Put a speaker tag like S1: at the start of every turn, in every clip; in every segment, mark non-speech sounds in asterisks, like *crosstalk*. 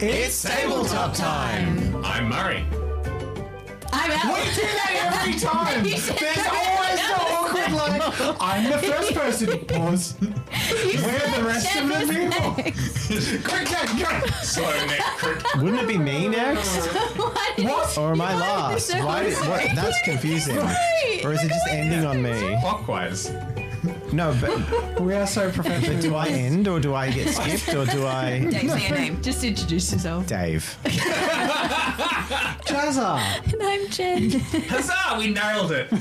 S1: It's tabletop time. I'm Murray.
S2: I'm
S1: We
S2: out.
S1: do that every
S3: *laughs*
S1: time.
S4: *laughs*
S2: You should-
S1: There's always the awkward like, I'm the first person.
S3: *laughs*
S1: Pause. Where are the rest of the people? *laughs* Quick, go, go. Slow neck, quick.
S3: Wouldn't it be me *laughs* next?
S2: What?
S3: Or am I last?
S2: so
S3: Why did, what,
S2: sorry.
S3: that's confusing. Or is it just ending on me?
S1: Clockwise.
S3: No, but,
S1: *laughs* We are so
S3: but
S1: professional.
S3: do I end or do I get skipped or do I.
S2: Dave, say your name. Just introduce yourself.
S3: Dave.
S1: *laughs*
S3: Jazza!
S2: And I'm Jen.
S1: Huzzah, we nailed it.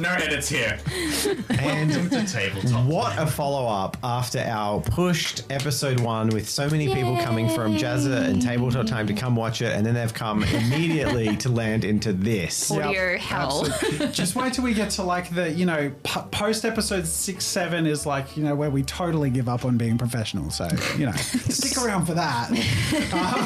S1: No edits here.
S3: And
S1: Welcome to tabletop.
S3: what a follow up after our pushed episode one with so many people coming from Jazza and Tabletop Time to come watch it, and then they've come immediately to land into this.
S4: Audio hell. *laughs*
S5: Just wait till we get to like the you know p- post episode six seven is like you know where we totally give up on being professional. So
S4: *laughs*
S5: you know stick around for that.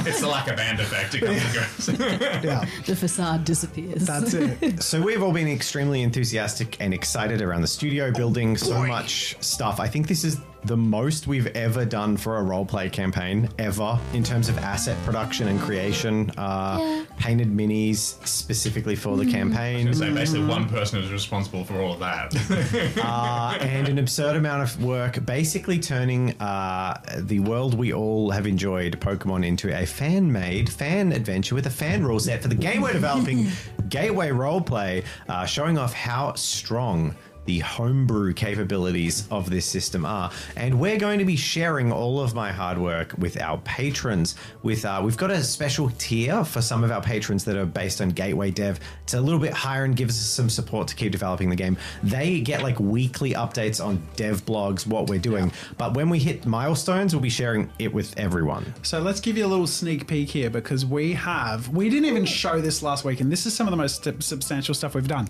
S1: It's the lack of band effect. It comes and goes.
S5: Yeah,
S2: *laughs* The facade disappears.
S5: that's it.
S3: So we've all been extremely enthusiastic and excited around the studio building so much stuff. I think this is the most we've ever done for a roleplay campaign ever in terms of asset production and creation. Uh, Painted minis specifically for the campaign,
S1: So basically, one person is responsible for all
S3: *laughs*
S1: of that.
S3: uh, and an absurd amount of work, basically turning uh, the world we all have enjoyed, Pokemon, into a fan-made fan adventure with a fan rule set for the game we're developing, Gateway Roleplay, uh, showing off how strong. The homebrew capabilities of this system are, and we're going to be sharing all of my hard work with our patrons. With uh, we've got a special tier for some of our patrons that are based on Gateway Dev. It's a little bit higher and gives us some support to keep developing the game. They get like weekly updates on dev blogs, what we're doing. But when we hit milestones, we'll be sharing it with everyone.
S5: So let's give you a little sneak peek here because we have we didn't even show this last week, and this is some of the most st- substantial stuff we've done.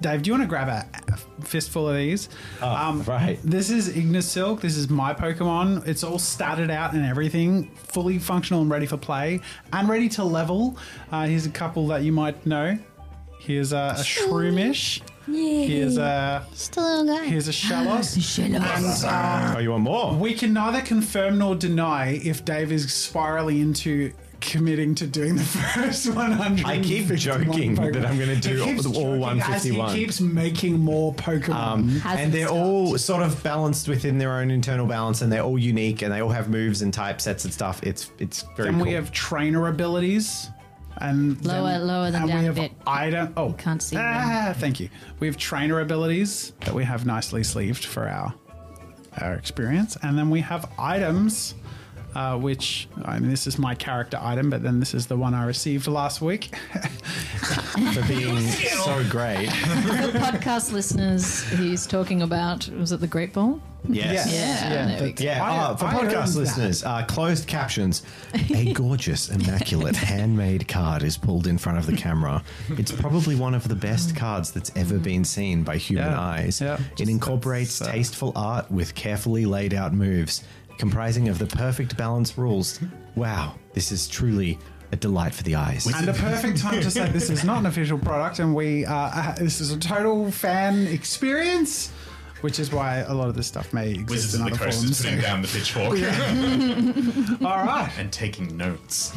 S5: Dave, do you want to grab a a fistful of these? um,
S3: right.
S5: This is Ignisilk. This is my Pokemon. It's all statted out and everything, fully functional and ready for play and ready to level. Uh, here's a couple that you might know. Here's a, a Shroomish. Here's a
S4: Still a little guy.
S5: here's
S4: *laughs*
S5: a Shellos.
S3: oh, you want more?
S5: We can neither confirm nor deny if Dave is spiraling into committing to doing the *laughs* first 100.
S3: I keep joking that I'm gonna do all 151.
S5: He keeps making more Pokemon.
S3: Um, and they're all sort of balanced within their own internal balance, and they're all unique, and they all have moves and type sets and stuff. It's it's very
S5: and
S3: cool.
S5: we have trainer abilities. And
S4: Lower-
S5: then,
S4: lower than
S5: and
S4: down
S5: we
S4: a
S5: have
S4: bit.
S5: item. Oh,
S4: can't see
S5: Ah, thank you. We have trainer abilities that we have nicely sleeved for our our experience, and then we have items, uh, which I mean, this is my character item, but then this is the one I received last week. *laughs*
S3: for being so great.
S4: For podcast listeners, he's talking about was it the Great Ball?
S3: Yes.
S4: Yeah, there we go.
S3: Yeah,
S5: I-
S3: oh, for
S5: I
S3: podcast
S5: earned
S3: listeners, uh, closed captions.
S5: *laughs*
S3: A gorgeous, immaculate, handmade card is pulled in front of the camera. It's probably one of the best cards that's ever been seen by human
S5: Yeah,
S3: eyes.
S5: yeah. uh,
S3: It incorporates tasteful art with carefully laid out moves, comprising of the perfect balance rules. Wow, this is truly a delight for the eyes.
S5: And a perfect time to say this is not an official product, and we uh, uh, this is a total fan experience, which is why a lot of this stuff may
S1: Wizards
S5: exist
S1: of
S5: in
S1: the
S5: other
S1: Coast is
S5: forms.
S1: putting down the pitchfork
S5: All right.
S1: *laughs* and taking notes.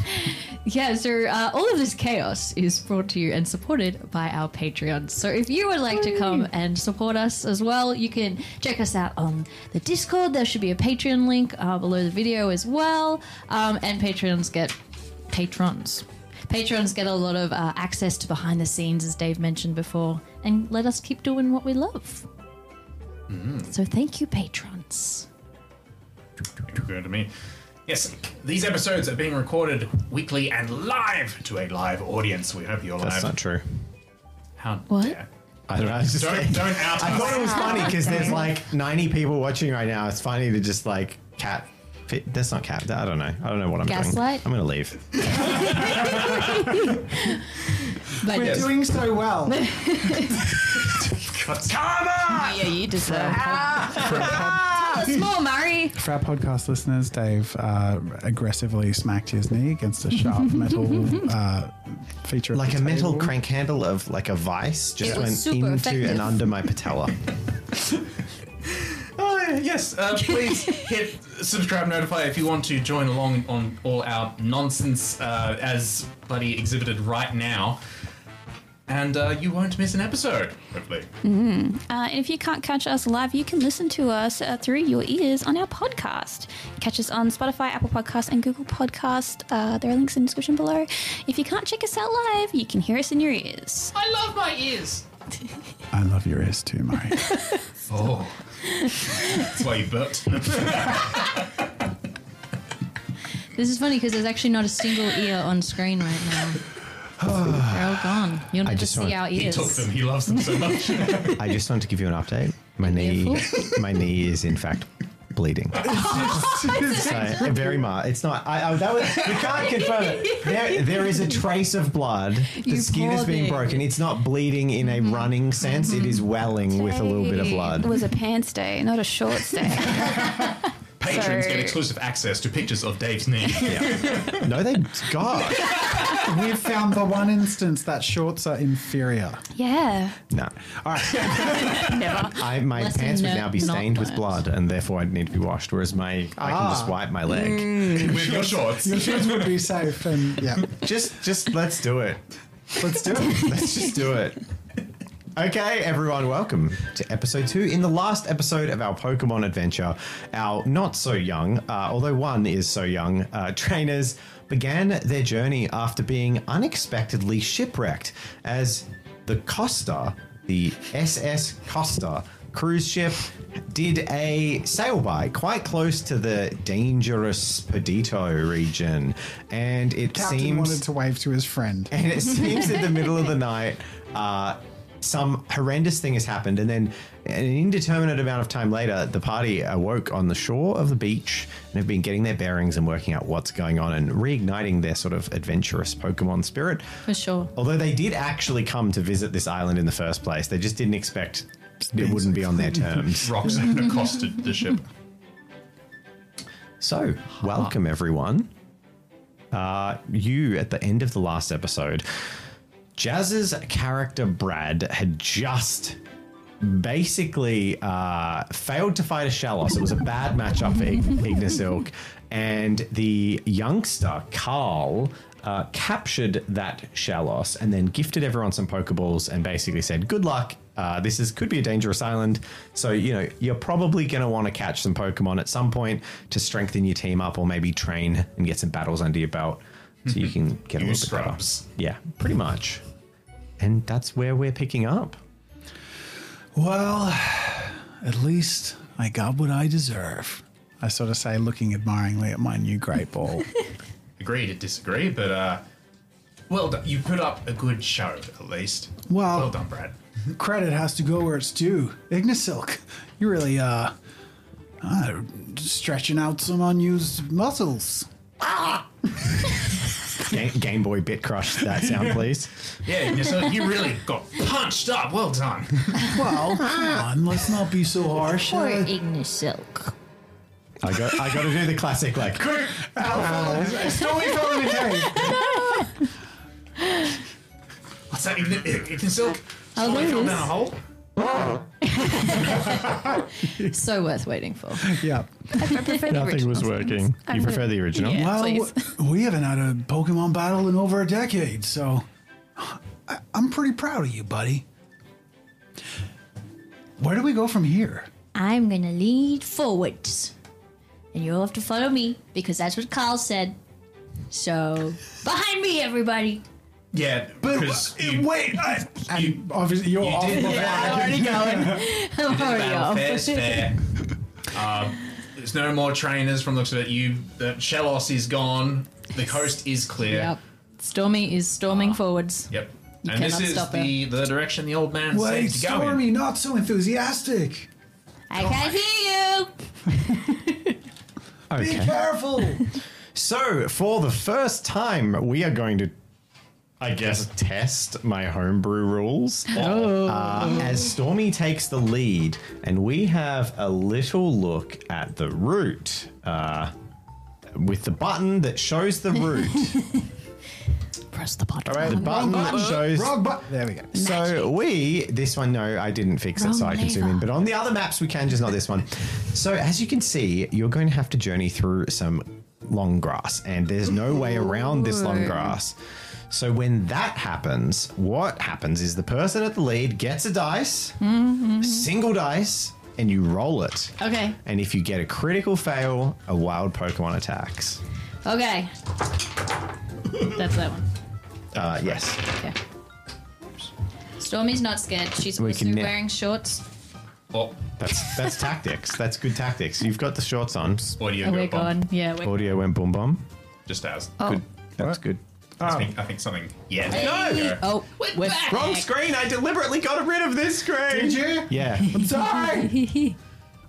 S4: Yeah, so uh, all of this chaos is brought to you and supported by our Patreon. So if you would like to come and support us as well, you can check us out on the Discord. There should be a Patreon link uh, below the video as well. Um, and Patreons get patrons. Patrons get a lot of uh, access to behind the scenes, as Dave mentioned before, and let us keep doing what we love. So thank you, patrons.
S1: Good to me. Yes, these episodes are being recorded weekly and live to a live audience. We hope you're
S3: That's
S1: live.
S3: not true.
S1: How
S4: What?
S1: dare-
S3: I don't know. I was just
S1: Don't
S3: saying-
S1: don't out
S3: I thought it was funny because there's like 90 people watching right now. It's funny to just like cat. Fit. That's not cat. I don't know. I don't know what I'm doing.
S4: Gaslight?
S3: I'm gonna leave.
S2: But
S5: We're doing so well.
S2: yeah, you deserve.
S4: Small Murray.
S5: For our podcast listeners, Dave uh, aggressively smacked his knee against a sharp metal uh, feature. of
S3: Like
S5: the
S3: a metal
S5: table.
S3: crank handle of like a vice just
S4: It was
S3: went
S4: super
S3: into and
S4: effective.
S3: under my patella.
S1: Oh, yeah, yes. Uh, please hit subscribe notify if you want to join along on all our nonsense uh, as bloody exhibited right now. And uh, you won't miss an episode, hopefully.
S6: Uh, and if you can't catch us live, you can listen to us uh, through your ears on our podcast. Catch us on Spotify, Apple Podcast, and Google Podcast. Uh, there are links in the description below. If you can't check us out live, you can hear us in your ears.
S2: I love my ears.
S5: I love your ears too, Murray.
S1: Oh. That's why you burped.
S4: This is funny because there's actually not a single ear on screen right now. They're all gone. You'll never
S3: just
S4: see
S3: want-
S4: our
S1: he
S4: ears.
S1: took them. He loves them so much.
S3: I just wanted to give you an update. My knee, my knee is in fact bleeding. so, very much. It's not. I, I, that was, you can't confirm it. There, there is a trace of blood. The
S4: You Mm-hmm.
S3: skin has
S4: poor
S3: been
S4: thing.
S3: broken. It's not bleeding in a running sense. It is welling with a little bit of
S4: Mm-hmm.
S6: It
S3: blood.
S6: was a pants day, not a shorts day.
S1: Patrons
S6: So-
S1: get exclusive access to pictures of Dave's knee. *laughs*
S3: No, they God.
S5: *laughs* We've found the one instance that shorts are inferior.
S6: *laughs* yeah.
S3: No. All right.
S4: *laughs*
S3: I, my
S4: Lesson
S3: pants would
S4: no-
S3: now be
S4: not
S3: stained with
S4: learned.
S3: blood, and therefore I'd need to be washed. Whereas my, I can just wipe my leg.
S1: With your shorts. *laughs*
S5: Your shorts would be safe, and yeah,
S3: Just, just let's do it. Let's do it. *laughs* let's just do it. Okay, everyone, welcome to episode two. In the last episode of our Pokemon adventure, our not so young, uh, although one is so young, uh, trainers began their journey after being unexpectedly shipwrecked as the Costa, the SS Costa cruise ship, did a sail by quite close to the dangerous Perdido region. And it
S5: Captain
S3: seems.
S5: wanted to wave to his friend.
S3: And
S4: *laughs*
S3: it seems in the middle of the night, uh, some horrendous thing has happened. And then, an indeterminate amount of time later, the party awoke on the shore of the beach and have been getting their bearings and working out what's going on and reigniting their sort of adventurous Pokemon spirit.
S4: For sure.
S3: Although they did actually come to visit this island in the first place, they just didn't expect it wouldn't be on their
S4: *laughs*
S3: terms.
S1: Roxanne accosted the ship.
S3: So, welcome everyone. Uh, you at the end of the last episode, Jazz's character Brad had just basically uh, failed to fight a Shalos. It was a bad matchup for Ig- Ignasilk, and the youngster Carl. Uh, captured that Shalos and then gifted everyone some Pokeballs and basically said, "Good luck. Uh, this is could be a dangerous island, so you know you're probably going to want to catch some Pokemon at some point to strengthen your team up, or maybe train and get some battles under your belt, so you can get a little
S1: You
S3: bit better."
S1: scrubs.
S3: Yeah, pretty much. And that's where we're picking up.
S5: Well, at least I got what I deserve. I sort of say, looking admiringly at my new great ball.
S1: Agree to disagree, but uh, well done. You put up a good show, at least.
S5: Well-
S1: well done, Brad.
S5: Credit has to go where it's due. Ignasilk, you really uh, uh stretching out some unused muscles.
S3: Game, Game Boy Bit Crush that *laughs* sound, please.
S1: Yeah, you- so you really got punched up. Well done.
S5: Well, come on, let's not be so harsh.
S4: Poor
S7: *laughs*
S5: Uh,
S4: Ignis Silk.
S3: I got, I got to do the classic, like,
S5: Story from the cave.
S1: What's that? Even Ign Silk?
S4: I
S1: Slowly
S4: love
S1: fell
S4: this.
S1: down a hole?
S4: So worth waiting for.
S5: Yeah.
S6: I prefer the
S3: nothing was
S6: originals.
S3: working. You prefer the original?
S6: Yeah,
S5: Well,
S6: please.
S5: we haven't had a Pokemon battle in over a decade, so I, I'm pretty proud of you, buddy. Where do we go from here?
S4: I'm gonna lead forwards. And you'll have to follow me because that's what Carl said. So behind me everybody. *laughs*
S1: Yeah, because you,
S5: wait, I, and obviously you're
S1: you
S5: off
S1: did
S5: the
S1: the
S5: back.
S1: battle. You did
S4: I'm
S1: the
S4: already
S1: battle
S4: off.
S1: fair's fair. Um, there's no more trainers from the looks of it. You, the Shellos is gone. The coast is clear.
S4: *laughs* Yep. Stormy is storming forwards.
S1: Yep.
S4: You
S1: and this
S4: cannot
S1: is
S4: stop
S1: the, the direction the old man
S5: Wait,
S1: said to go in.
S5: Stormy, not so enthusiastic.
S4: I can't hear you.
S3: Okay.
S5: *laughs* careful.
S3: So, for the first time, we are going to, I guess, test my homebrew rules. Uh, as Stormy takes the lead, and we have a little look at the route uh, with the button that shows the route.
S4: Press the button.
S3: All right, the button that shows.
S5: Wrong button. There we go.
S3: So we, this one, no, I didn't fix it, so I can zoom in. But on the other maps, we can, just not this one. So as you can see, you're going to have to journey through some long grass, and there's no way around this long grass. So when that happens, what happens is the person at the lead gets a dice, single dice, and you roll it.
S4: Okay.
S3: And if you get a critical fail, a wild Pokemon attacks.
S4: Okay. That's that one.
S3: Uh, yes.
S4: Okay. Stormy's not scared. She's
S3: We
S4: also
S3: can ne-
S4: wearing shorts.
S1: Oh,
S3: That's that's tactics. That's good tactics. You've got the shorts on.
S1: audio
S4: Oh,
S1: go
S4: we're
S1: bomb.
S4: gone. Oh. Yeah. We're...
S3: Audio went boom bomb.
S1: Just as.
S3: Good.
S5: Oh.
S3: That's good.
S1: I, think, I think something. Yeah.
S3: No!
S4: Oh, we're back.
S3: Wrong screen. I deliberately got rid of this screen.
S5: Did you? *laughs*
S3: Yeah.
S5: Sorry. *laughs*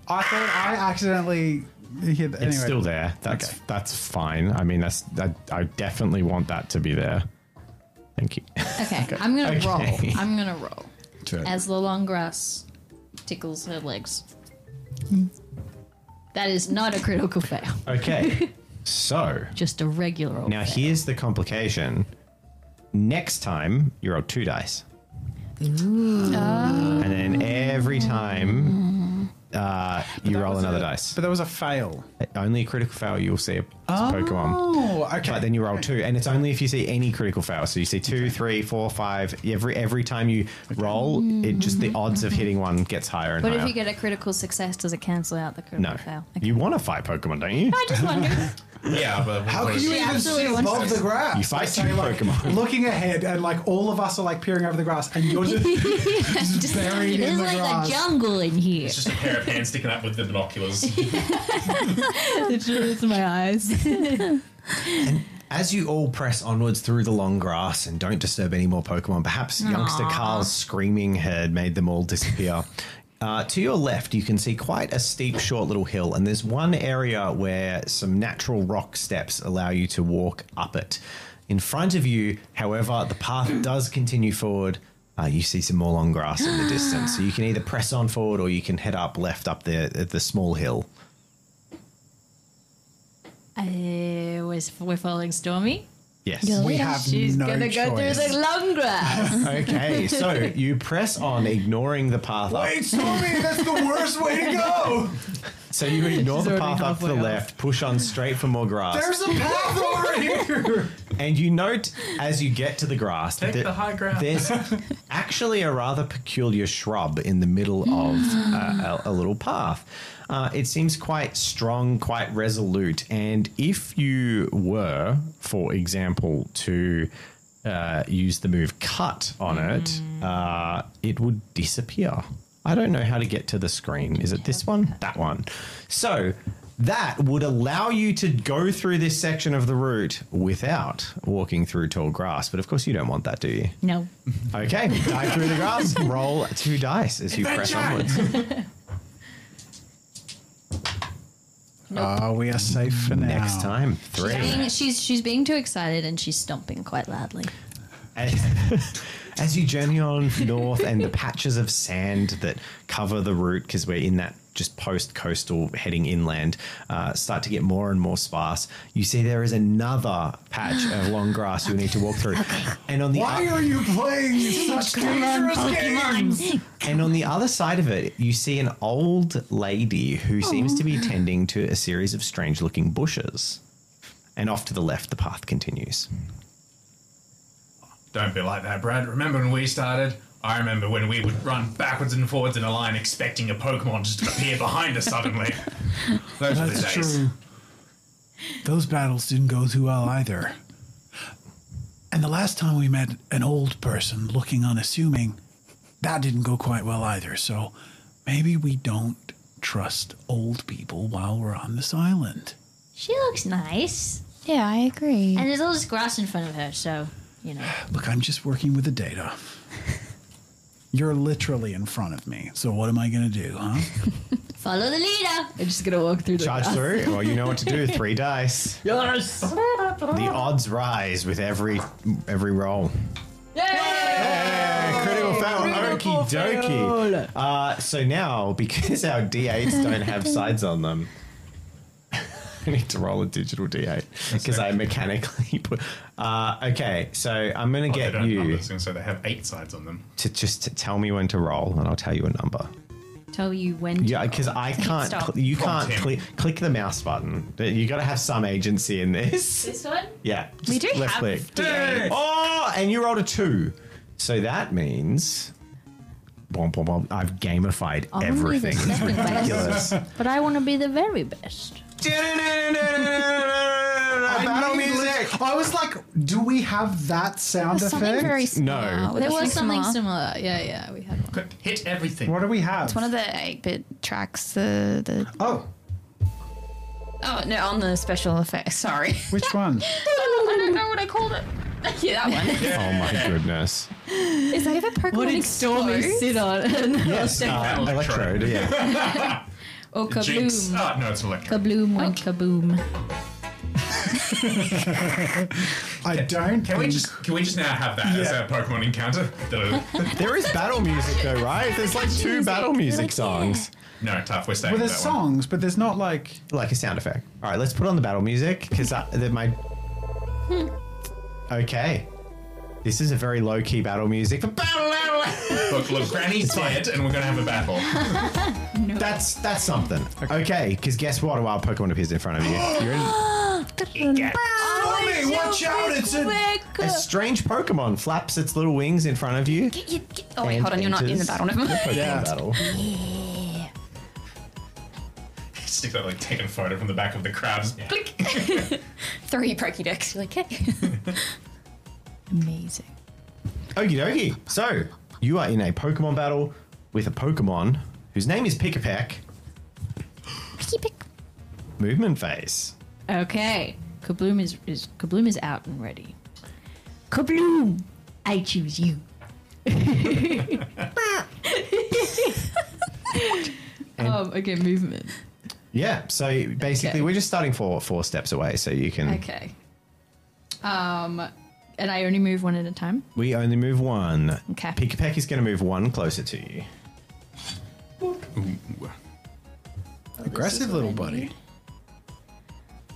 S5: I thought I accidentally hit. Anyway.
S3: It's still there. That's
S5: Okay.
S3: that's fine. I mean, that's that, I definitely want that to be there. Thank you. *laughs*
S4: Okay. I'm gonna
S3: Okay. *laughs*
S4: roll. I'm gonna roll.
S3: Sure.
S4: As the long grass tickles her legs.
S3: Hmm.
S4: That is not a critical fail.
S3: okay. So
S4: Just a regular old.
S3: now
S4: fail.
S3: here's the complication. Next time you roll two dice, and then every time uh, you roll another dice.
S5: But there was a fail.
S3: Only a critical fail you'll see a Pokemon.
S5: Oh, okay.
S3: But then you roll two, and it's only if you see any critical fail. So you see two, three, four, five. Every every time you roll, it just the odds of hitting one gets higher and
S4: But
S3: higher.
S4: if you get a critical success, does it cancel out the critical
S3: no,
S4: fail?
S3: you want to fight Pokemon, don't you?
S4: I just *laughs* wonder.
S1: Yeah, but. How
S5: can you
S4: She
S5: even
S4: absolutely
S5: see
S4: wants
S5: above
S1: to.
S5: the grass?
S3: You fight
S5: So,
S3: two
S5: like,
S3: Pokemon.
S5: Looking ahead, and like all of us are like peering over the grass, and you're just
S4: *laughs*
S5: *laughs*
S4: Just-
S5: buried
S4: It's
S5: in the
S4: like
S5: grass.
S4: a jungle in here.
S1: Just a pair of hands sticking up with the binoculars.
S4: It's my eyes.
S3: As you all press onwards through the long grass and don't disturb any more Pokemon, perhaps youngster Carl's screaming had made them all disappear. Uh, to your left, you can see quite a steep, short little hill, and there's one area where some natural rock steps allow you to walk up it. In front of you, however, the path does continue forward. Uh, you see some more long grass in the distance, so you can either press on forward or you can head up left up the the small hill.
S4: *laughs* Uh, we're, we're following Stormy.
S3: Yes.
S5: we have
S4: She's
S5: no
S4: gonna
S5: choice.
S4: go through the long grass.
S3: Okay, so you press on, ignoring the path up.
S5: Wait, Stormy, that's the worst way
S4: *laughs*
S5: to go.
S3: So you ignore the
S4: already
S3: path up to the
S4: halfway up.
S3: left, push on straight for more grass,
S5: There's a path over *laughs* here.
S3: and you note as you get to the grass
S1: Take the high ground.
S3: there's actually a rather peculiar shrub in the middle of uh, a, a little path. Uh, it seems quite strong, quite resolute, and if you were, for example, to uh, use the move cut on it, uh, it would disappear. I don't know how to get to the screen. Is it this one? That one. So that would allow you to go through this section of the route without walking through tall grass. But of course, you don't want that, do you?
S4: no.
S3: Okay, dive through the
S5: *laughs*
S3: grass. Roll two dice as you press onwards.
S5: Oh, we are safe for now.
S3: Next time,
S4: She's
S3: three.
S4: being, she's, she's being too excited and she's stomping quite loudly.
S3: As, as you journey on north and the patches of sand that cover the route, because we're in that just post coastal heading inland, uh, start to get more and more sparse. You see there is another patch of long grass you need to walk through, and on the
S5: Why
S3: o-
S5: are you playing such dangerous games?
S3: And on the other side of it, you see an old lady who seems to be tending to a series of strange looking bushes. And off to the left, the path continues.
S1: Don't be like that, Brad. Remember when we started? I remember when we would run backwards and forwards in a line expecting a Pokemon just to appear behind us
S5: *laughs*
S1: suddenly. Those were the
S5: That's
S1: days.
S5: true. Those battles didn't go too well either. And the last time we met an old person looking unassuming, that didn't go quite well either. So maybe we don't trust old people while we're on this island.
S4: She looks nice.
S6: Yeah, I agree.
S4: And there's all this grass in front of her, so, you know.
S5: Look, I'm just working with the data. You're literally in front of me. So what am I going to do, huh?
S4: Follow the leader. I'm just gonna walk through the
S3: Charge
S4: grass.
S3: through. Well, you know what to
S1: *laughs*
S3: do. Three dice.
S4: Yes.
S3: The odds rise with every every roll. Hey, critical fail. Okie dokie. Uh, so now, because our d8s don't have sides on them, *laughs* I need to roll a digital d8 because I mechanically put. Uh, okay, so I'm going to
S1: Oh, They
S3: get
S1: don't have
S3: you
S1: numbers, so they have eight sides on them.
S3: to just to tell me when to roll, and I'll tell you a number.
S4: Tell you when. to
S3: Yeah, because I can't.
S4: Stop.
S3: Cl- you
S1: Prompt
S3: can't
S1: him.
S3: cli- click the mouse button. You got to have some agency in this. *laughs*
S4: This one.
S3: Yeah,
S6: We
S3: just
S6: do have
S3: Oh, and you rolled a two. So that means. Bom, bom, bom. I've gamified
S6: Oh,
S4: I wanna be the
S3: everything. It's
S4: second best,
S6: *laughs*
S3: ridiculous. *laughs*
S4: But I want to be the very best.
S3: Battle music.
S5: I was like, do we have that sound
S6: There's something
S5: effect?
S6: very
S3: No.
S6: similar. with
S4: There
S6: a
S4: was something
S6: similar.
S4: similar. Yeah, yeah, we had one.
S1: Quick, hit everything.
S5: what do we have?
S6: It's one of the eight bit tracks. The the
S5: oh,
S6: oh no, on the special effects. Sorry,
S5: which one?
S6: I don't know what I called it. yeah, that one.
S3: Oh my goodness.
S6: Is that ever Pokemon
S4: What did Stormy
S6: Explode?
S4: sit on?
S3: Yes, uh, electrode.
S1: Electrode. *laughs*
S3: Yeah.
S4: oh,
S1: Jinx.
S4: kaboom.
S1: Ah, no, it's electric.
S4: Kabloom went kaboom.
S5: I don't.
S1: Can we just can we just now have that as
S5: Yeah.
S1: our Pokemon encounter? *laughs*
S3: there is battle music though, right? There's like two battle music songs.
S1: no, tough. We're staying
S5: Well,
S1: with
S5: there's
S1: that one.
S5: songs, but there's not like.
S3: Like a sound effect. All right, let's put on the battle music because my.
S6: Hmm.
S3: Okay. This is a very low key battle music for battle.
S1: Look, look, Granny's dead, and we're gonna have a
S5: *laughs*
S1: battle.
S3: That's that's something. Okay, because guess what? A wild Pokemon appears in
S6: *gasps*
S3: front of you. You're in,
S5: Stormy, watch out! It's a.
S3: a strange Pokemon flaps its little wings in front of you.
S6: Get- get- get- Oh wait, hold on,
S3: and
S6: you're not in the
S3: enters
S6: battle. Never mind.
S3: Pokemon
S5: Yeah.
S3: battle.
S1: Stick that like taking photo from the back of the crowd. Just click.
S6: Throw your Pokédex. You're like, hey.
S4: *laughs* Amazing.
S3: Okie dokie. So you are in a Pokemon battle with a Pokemon whose name is Pickapeck. Oh.
S6: Picky pick.
S3: Movement phase.
S4: Okay. Kabloom is, is Kabloom is out and ready. Kabloom! I choose you. *laughs* um, okay, movement.
S3: Yeah. So basically,
S4: Okay.
S3: we're just starting four four steps away, so you can.
S4: Okay. Um and I only move one at a time.
S3: We only move one.
S4: Okay.
S3: Pickapeck is going to move one closer to you.
S5: Aggressive little buddy.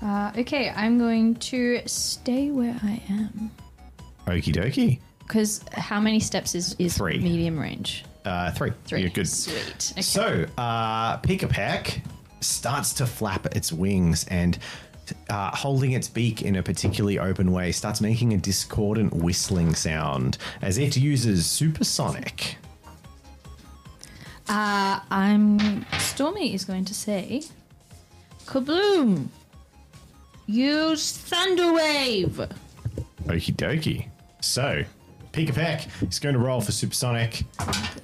S4: Uh, okay, I'm going to stay where I am.
S3: Okie dokie.
S4: Because how many steps is, is
S3: Three.
S4: medium range?
S3: Uh, three.
S4: Three.
S3: You're good.
S4: Sweet. *laughs* Okay.
S3: So, uh, Pick-a-Pack starts to flap its wings and, uh, holding its beak in a particularly open way, starts making a discordant whistling sound as it uses supersonic.
S4: Uh, I'm Stormy is going to say, "Kabloom! Use Thunderwave."
S3: Okie dokie. So, Pick-a-Pack is going to roll for supersonic,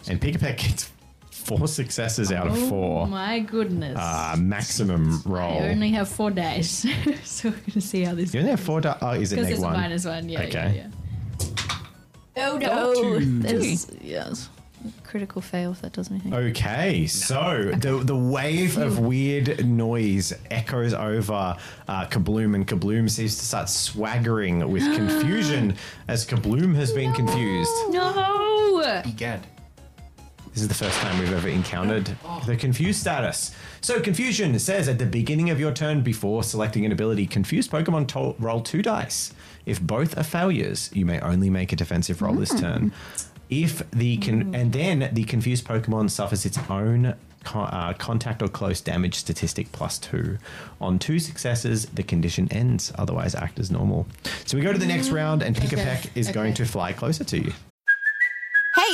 S3: and Pick-a-Pack gets four successes out of
S4: Oh
S3: four.
S4: my goodness!
S3: Uh, maximum
S4: I
S3: roll.
S4: only have four dice, *laughs* so we're gonna see how this.
S3: You only have four. Di- oh, is it
S4: Because
S3: neg
S4: it's
S3: one?
S4: a minus one. Yeah.
S3: Okay.
S4: Yeah, yeah. Oh no! There's, yes. Critical fail if that does anything.
S3: Okay, so the the wave
S4: *laughs*
S3: of weird noise echoes over uh, Kabloom, and Kabloom seems to start swaggering
S4: *gasps*
S3: with confusion as Kabloom has been confused.
S4: Oh. No!
S1: Egad.
S3: This is the first time we've ever encountered the confused status. So, confusion says at the beginning of your turn, before selecting an ability, confused Pokemon to- roll two dice. If both are failures, you may only make a defensive roll this turn. If the con- and then the confused Pokemon suffers its own co- uh, contact or close damage statistic plus two. On two successes, the condition ends. Otherwise, act as normal. So we go to the next round, and Pick a Peck is going to fly closer to you.
S8: Hey,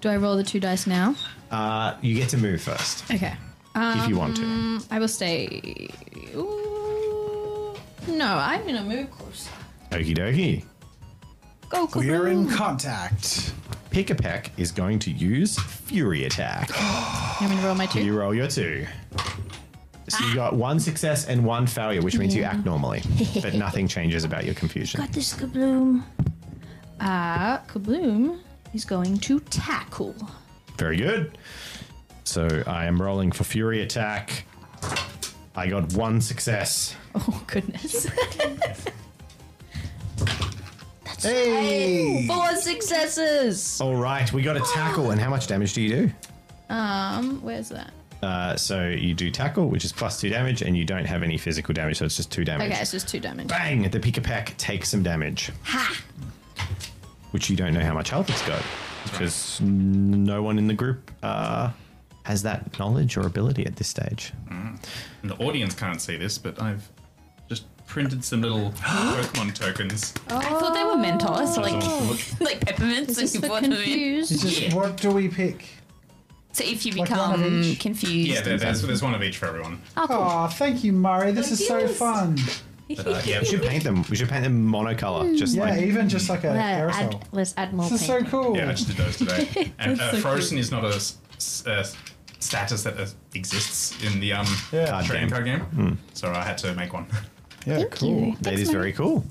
S4: Do I roll the two dice now?
S3: Uh, you get to move first.
S4: Okay.
S3: If you want to.
S4: Um, I will stay. Ooh. No, I'm gonna move closer.
S3: Okie dokie.
S4: Go,
S3: We're in
S5: contact.
S3: Pick a peck is going to use Fury
S4: *gasps*
S3: Attack.
S4: I'm gonna roll my two.
S3: You roll your two. So you got one success and one failure, which means you
S4: Yeah.
S3: act normally,
S4: *laughs*
S3: but nothing changes about your confusion.
S4: Got this kabloom. Uh, kabloom is going to tackle. *laughs*
S3: Very good. So I am rolling for Fury Attack. I got one success.
S4: Oh goodness.
S6: *laughs*
S3: Hey!
S4: Four successes.
S3: All right, we got a tackle, and how much damage do you do?
S4: Um, where's that?
S3: Uh, so you do tackle, which is plus two damage, and you don't have any physical damage, so it's just two damage.
S4: Okay, it's just two damage.
S3: Bang! The pick a pack takes some damage. Ha! Which you don't know how much health it's got, because n- no one in the group uh, has that knowledge or ability at this stage.
S1: And the audience can't see this, but I've just printed some little Pokemon tokens.
S6: I thought they were Mentos,
S1: Just
S6: like *laughs*
S1: on- look.
S6: like peppermints.
S4: Oh. Is this
S6: if you
S4: for
S6: bought them in.
S4: confused?
S5: It's just, what do we pick?
S6: So if you
S5: Like one
S6: become
S5: of each?
S6: confused,
S1: Yeah, there, there's, there's one of each for everyone.
S6: Oh, cool.
S5: Oh, thank you, Murray. This is so fun.
S1: But, uh, yeah,
S3: *laughs* We should paint them. We should paint them monocolor, just
S5: Yeah,
S3: like
S5: even just like a
S4: Uh,
S5: aerosol.
S4: add, let's add more
S5: this is so
S4: paint.
S5: cool.
S1: yeah, I just did those today. And uh, Frozen is not a, s- s- uh, status that uh, exists in the um,
S5: Yeah. Card
S1: trading
S3: game.
S1: card game, so I had to make one. *laughs*
S5: Yeah, cool.
S3: that is very cool.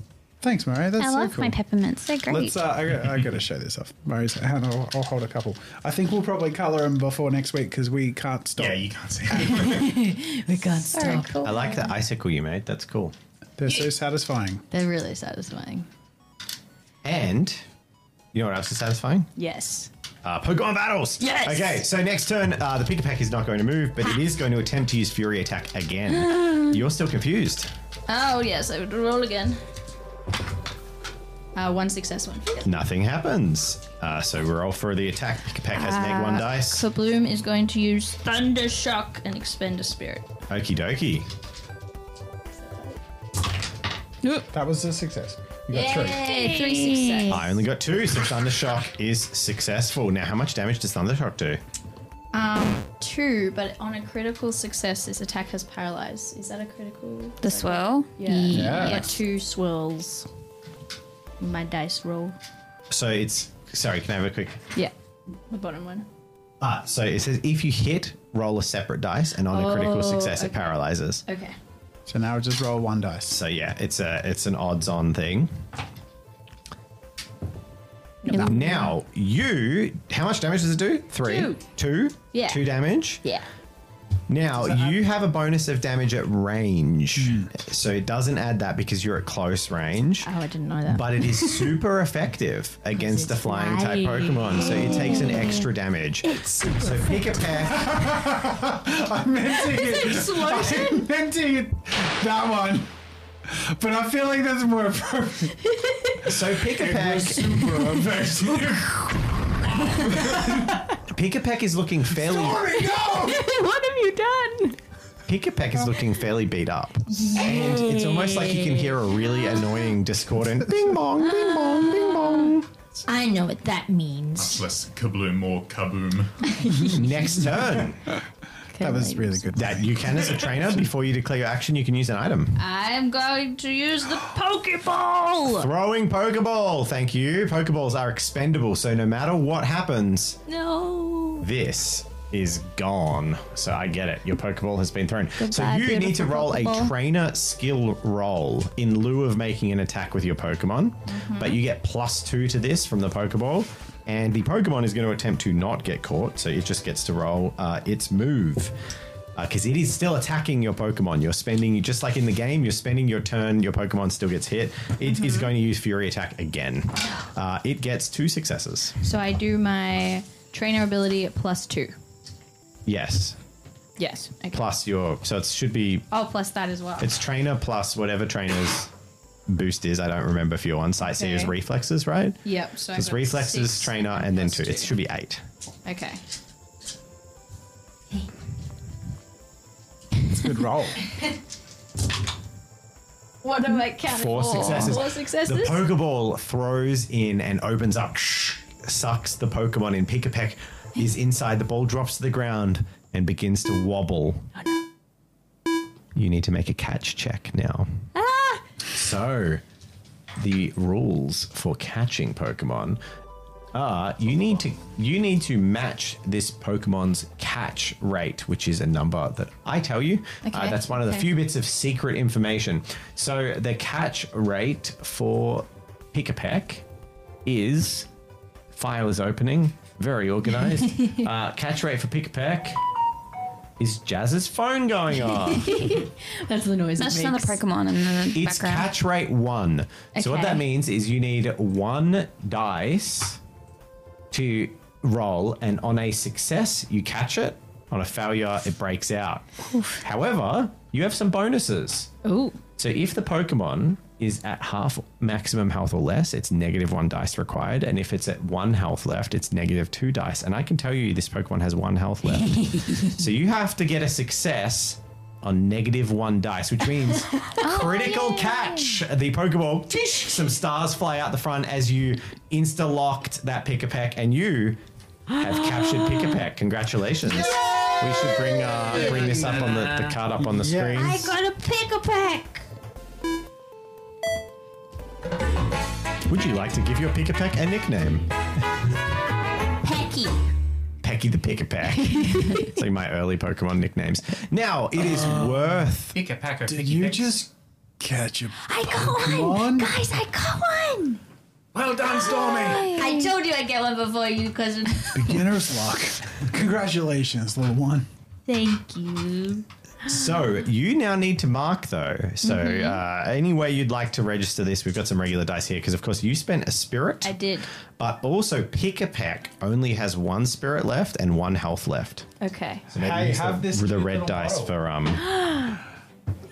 S5: Thanks, Murray. That's
S6: I
S5: so
S6: love
S5: cool.
S6: my peppermints. They're great.
S5: Let's. Uh, I, gotta- I got to show this off. Murray's. hang on, I'll, I'll hold a couple. I think we'll probably color them before next week because we can't stop.
S1: Yeah, you can't see. it.
S4: We can't
S6: Very
S4: stop.
S6: cool.
S3: I like the icicle you made. That's cool.
S5: They're so satisfying.
S4: They're really satisfying.
S3: And you know what else is satisfying?
S4: Yes.
S3: Uh, Pokemon battles.
S4: Yes!
S3: Okay, so next turn, uh, the Pick Pack is not going to move, but it is going to attempt to use Fury Attack again. You're still confused.
S4: Oh yes, I would roll again. Uh, one success, one fail.
S3: Nothing happens. Uh, so we roll for the attack. Pick Pack has neg one dice.
S4: Uh, So Bloom is going to use Thunder Shock and expend a spirit.
S3: Okie dokie.
S5: That was a success. You got three.
S4: Yay! Three success.
S3: I only got two, so Thunder Shock is successful. Now, how much damage does Thunder Shock do?
S4: Two, but on a critical success, this attack has paralyzed. Is that a critical?
S6: the swirl.
S4: Yeah.
S5: Yeah.
S4: Like two swirls. My dice roll.
S3: So it's. Sorry, can I have a quick.
S4: Yeah. The bottom one.
S3: Ah, so it says if you hit, roll a separate dice, and on a critical
S4: Oh,
S3: success, it
S4: okay.
S3: paralyzes.
S4: Okay.
S5: So now just roll one dice. *laughs*
S3: So yeah, it's a it's an odds-on thing. Now you, how much damage does it do? Three,
S4: Two.
S3: two,
S4: Yeah.
S3: two damage.
S4: Yeah.
S3: Now you have a bonus of damage at range,
S5: Hmm.
S3: so it doesn't add that because you're at close range.
S4: Oh, I didn't know that.
S3: But it
S4: *laughs*
S3: is super effective against a flying type Pokemon, so it takes an extra damage. so pick a pair.
S5: I'm minting it. I'm minting it. That one. But *laughs* I feel like that's
S4: *laughs*
S5: more appropriate.
S3: So pick a pack.
S5: Super *laughs* effective.
S3: Pick a pack is looking fairly.
S4: *laughs* what have you done?
S3: Pick-a-peck is looking fairly beat up. And it's almost like you can hear a really annoying
S4: *laughs*
S3: discordant bing bong, bing bong, bing bong.
S4: I know what that means.
S1: Less kabloom, more kaboom.
S3: Next turn.
S5: That was really good.
S3: That you can as a
S5: *laughs*
S3: trainer, before you declare your action, you can use an item.
S5: Uh,
S4: I'm going to use the Pokeball.
S3: Throwing Pokeball, thank you. Pokeballs are expendable, so no matter what happens,
S4: *gasps* No.
S3: this is gone. So I get it. Your Pokeball has been thrown. so
S6: Goodbye,
S3: you need to
S6: beautiful
S3: roll a
S6: Pokeball.
S3: trainer skill roll in lieu of making an attack with your Pokemon,
S6: Mm-hmm.
S3: but you get plus two to this from the Pokeball. And the Pokemon is going to attempt to not get caught, so it just gets to roll uh, its move. Because it is still attacking your Pokemon. You're spending, just like in the game, you're spending your turn, your Pokemon still gets hit. It is
S6: Mm-hmm.
S3: going to use Fury Attack again. Uh, it gets two successes.
S4: So I do my trainer ability at plus two.
S3: Yes.
S4: Yes. Okay.
S3: Plus your, so it should be
S4: Oh, plus that as well.
S3: It's trainer plus whatever trainer's boost is. I don't remember for your one. Sightseer's
S4: Okay.
S3: reflexes, right?
S4: Yep. So
S3: So
S4: I
S3: it's
S4: got
S3: reflexes,
S4: six
S3: trainer, and then
S4: plus
S3: two. It should be eight.
S4: Okay. *laughs*
S5: Good roll.
S4: What am I counting?
S3: Four successes.
S4: Four successes.
S3: The Pokeball throws in and opens up sucks the Pokemon in Pikapek is inside. The ball drops to the ground and begins to wobble.
S4: *gasps*
S3: You need to make a catch check now.
S4: Ah!
S3: So, the rules for catching Pokemon are you need to you need to match this Pokemon's catch rate, which is a number that I tell you. Uh,
S9: Okay.
S3: that's one of the
S9: Okay.
S3: few bits of secret information. So the catch rate for Pikapek is file is opening, very
S9: *laughs*
S3: organized. uh, catch rate for Pikapek is Jazz's phone
S9: *laughs*
S3: going on.
S4: That's the noise.
S6: That's
S4: it
S6: just another
S4: makes.
S6: Pokemon in the
S3: It's
S6: background.
S3: catch rate one. So what
S6: Okay.
S3: that means is you need one dice to roll, and on a success you catch it. On a failure, it breaks out. However, you have some bonuses.
S4: Ooh.
S3: So if the Pokemon is at half maximum health or less, it's negative one dice required. And if it's at one health left, it's negative two dice. And I can tell you this Pokemon has one health left. so you have to get a success on negative one dice, which means critical catch. The Pokeball, tish, some stars fly out the front as you insta locked that Pick-a-Peck and you have captured Pick-a-Peck. Congratulations. We should bring uh, bring this up on the, the card up on the
S5: Yeah.
S3: screen.
S4: I got a pick a pack.
S3: Would you like to give your pick a peck a nickname?
S4: Pecky.
S3: Pecky the Pick a *laughs* Peck. it's like my early Pokemon nicknames. Now, it *gasps* is worth.
S1: Pick a pack of
S5: Did
S1: picky
S5: you
S1: pecks.
S5: just catch a
S4: I got one,
S5: Pokemon?
S4: guys. I got one.
S1: Well done, Stormy!
S4: I told you I'd get one before you, *laughs* cousin.
S5: Beginner's luck. Congratulations, little one.
S4: Thank you.
S3: So, you now need to mark, though. So, uh, any way you'd like to register this, we've got some regular dice here because, of course, you spent a spirit,
S4: I did.
S3: but also Pick a Peck only has one spirit left and one health left.
S4: Okay.
S3: So, maybe
S5: Hey,
S3: use
S5: have
S3: the,
S5: this
S3: the
S5: cute
S3: red
S5: little
S3: dice
S5: bottle.
S3: for um.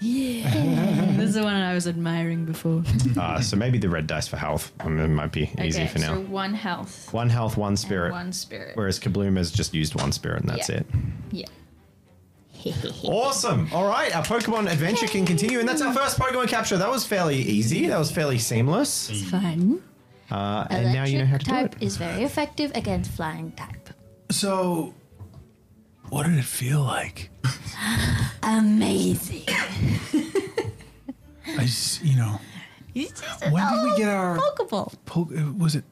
S4: This is the one I was admiring before.
S3: Uh, so maybe the red dice for health. I mean, it might be easy
S4: okay,
S3: for now.
S4: so one health,
S3: one health, one spirit.
S4: one spirit.
S3: Whereas Kabluma's just used one spirit and that's
S4: Yeah.
S3: it.
S4: Yeah. *laughs*
S3: Awesome. All right, our Pokemon adventure can continue, and that's our first Pokemon capture. That was fairly easy. That was fairly seamless.
S4: Fun.
S3: Uh, and now you know how to do
S4: type
S3: it.
S4: is very effective against flying type.
S5: So, what did it feel like?
S4: Amazing.
S5: I just, you know,
S4: It's just
S5: when did we get our
S6: Oh.
S4: Pokeball.
S5: po- was it?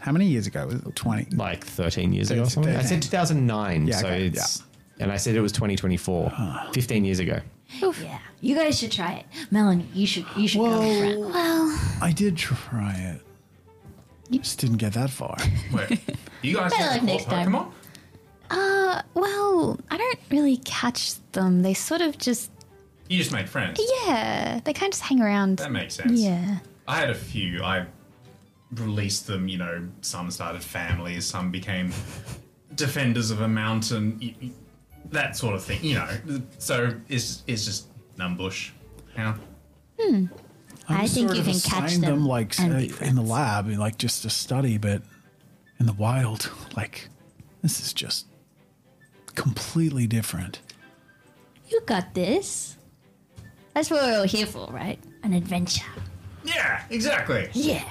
S5: How many years ago? Was it twenty?
S3: Like 13 years ago or
S5: Thirteen.
S3: something. I said 2009,
S5: Yeah,
S3: so
S5: okay,
S3: it's. And I said it was 2024, 15 years ago.
S4: Yeah. You guys should try it. Melanie, you should you should go with friend.
S5: I did try it. Just didn't get that far.
S1: Wait, you guys
S4: Better
S1: have
S4: luck next time.
S1: Pokemon?
S6: Uh, well, I don't really catch them. They sort of just
S1: You just made friends.
S6: yeah, they kind of just hang around.
S1: That makes sense.
S6: Yeah.
S1: I had a few. I released them, you know, some started families, some became defenders of a mountain, y- y- that sort of thing, you know. So it's, it's just Numbush. Yeah.
S5: I'm
S6: I think
S5: sort
S6: you
S5: of
S6: can catch
S5: assigned
S6: them
S5: like
S6: and
S5: uh,
S6: be
S5: in the lab, like just to study, but in the wild, *laughs* like this is just completely different.
S4: You got this. That's what we're all here for, right? An adventure.
S1: Yeah, exactly.
S4: Yeah.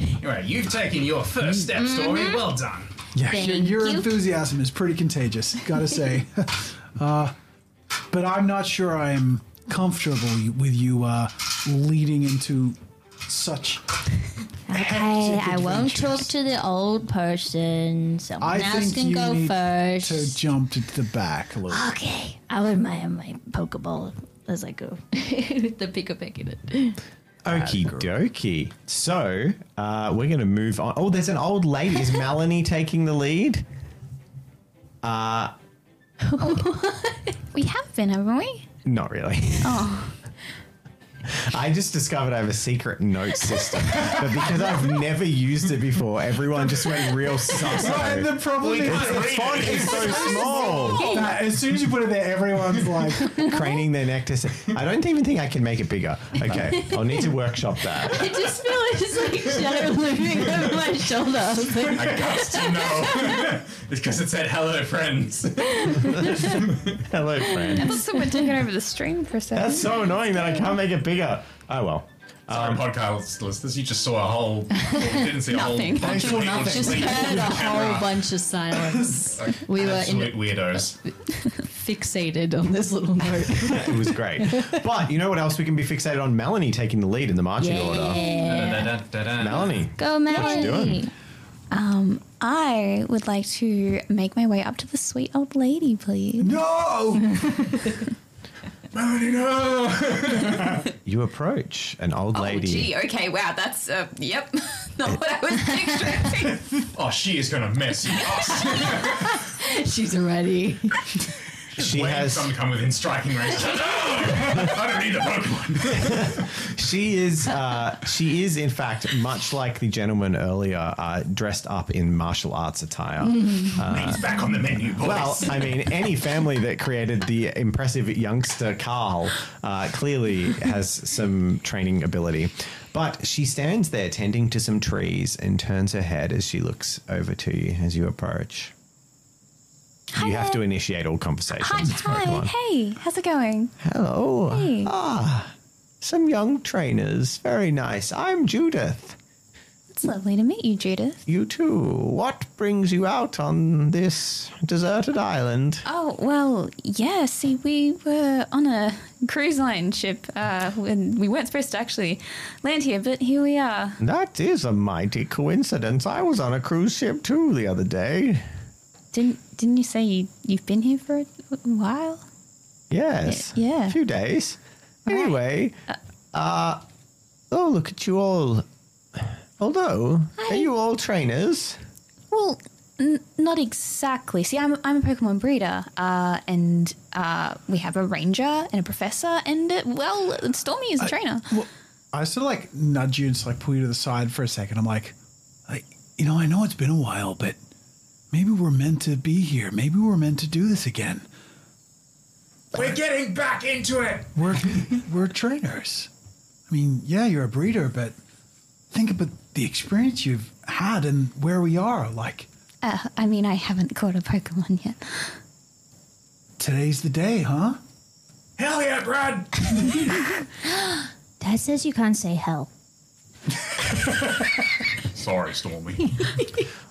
S1: Anyway, you've taken your first step,
S4: Mm-hmm.
S1: Stormy. Well done.
S5: Yeah,
S4: Thank
S5: your, your
S4: you.
S5: enthusiasm is pretty contagious, gotta
S6: *laughs*
S5: say. *laughs* uh, but I'm not sure I'm comfortable y- with you uh, leading into such.
S4: Okay, I won't talk
S5: adventures.
S4: to the old person. Someone
S5: I
S4: else
S5: think
S4: can
S5: you
S4: go
S5: need
S4: first.
S5: to jump to the back a little.
S4: Okay, I'll admire my Pokeball as I go. With *laughs* the pick a pick in *laughs* it.
S3: Okie dokie. So uh, we're going to move on. Oh, there's an old lady.
S4: *laughs*
S3: Is Melanie taking the lead?
S6: We have been, haven't we?
S3: Not really. Oh. I just discovered I have a secret note system, but because I've never used it before, everyone just went real
S5: And the
S3: sussy.
S5: problem
S1: We
S5: is,
S1: can't
S3: The
S1: read
S3: font
S1: it.
S3: is so small,
S5: that as soon as you put it there, everyone's like,
S3: craning their neck to. Say, I don't even think I can make it bigger. Okay, I'll need to workshop that.
S4: I just feel it's like shadow looming *laughs* over my shoulder. I was like,
S1: I got to know. *laughs* it's because it said hello, friends.
S3: Hello, friend.
S6: Someone taking over the stream for a second.
S3: That's so annoying that I can't make it bigger. Oh well.
S1: Sorry, podcast listeners, you just saw a whole, or didn't see a whole
S4: Nothing.
S1: bunch of people
S4: Just
S1: sleeping
S4: heard
S1: on
S4: a
S1: camera.
S4: whole bunch of
S5: *laughs*
S4: silence.
S1: Like,
S4: We were in-
S1: absolute weirdos.
S4: fixated on this *laughs* little note.
S3: it was great. But you know what else we can be fixated on? Melanie taking the lead in the marching
S4: Yeah.
S3: order.
S1: Da-da-da-da-da.
S3: Melanie.
S6: Go,
S3: What you
S6: Melanie.
S3: doing?
S6: Um, I would like to make my way up to the sweet old lady, please.
S3: No!
S1: Melanie, no!
S3: You approach an old
S9: Oh,
S3: lady.
S9: gee, okay, wow, that's, uh,
S4: *laughs*
S9: yep, not what I was picturing.
S1: Oh, she is going to mess you up.
S4: She's already.
S3: *laughs*
S4: *laughs*
S3: she
S1: Wait,
S3: has
S1: some come within striking range. No! I don't need a Pokemon.
S3: She is. Uh, she is, in fact, much like the gentleman earlier, uh, dressed up in martial arts attire.
S6: Mm-hmm.
S1: Name's back on the menu, boys.
S3: Well, I mean, any family that created the impressive youngster Carl uh, clearly has some training ability. But she stands there tending to some trees and turns her head as she looks over to you as you approach. You have to initiate all conversations.
S6: Hi,
S3: It's
S6: hi,
S3: Pokemon.
S6: hey, how's it going?
S3: Hello.
S6: Hey.
S3: Ah, some young trainers. Very nice. I'm Judith.
S6: It's lovely to meet you, Judith.
S3: You too. What brings you out on this deserted island?
S6: Oh, well, yeah, see, we were on a cruise line ship, uh, and we weren't supposed to actually land here, but here we are.
S3: That is a mighty coincidence. I was on a cruise ship too the other day.
S6: Didn't didn't you say you, you've been here for a while?
S3: Yes.
S6: Y- yeah.
S3: A few days. Anyway, uh, oh, look at you all. Although, are you all trainers?
S6: Well, n- not exactly. See, I'm, I'm a Pokemon breeder, uh, and uh, we have a ranger and a professor, and, uh, well, Stormy is a trainer.
S5: Well, I sort of like nudge you and just like pull you to the side for a second. I'm like, like, you know, I know it's been a while, but maybe we're meant to be here. Maybe we're meant to do this again.
S1: We're getting back into it.
S5: We're *laughs* we're trainers. I mean, yeah, you're a breeder, but think about the experience you've had and where we are. Like
S6: Uh, *laughs* I mean, I haven't caught a Pokemon yet.
S5: today's the day, huh?
S1: Hell yeah, Brad!
S4: Dad says you can't say hell.
S1: Sorry, Stormy.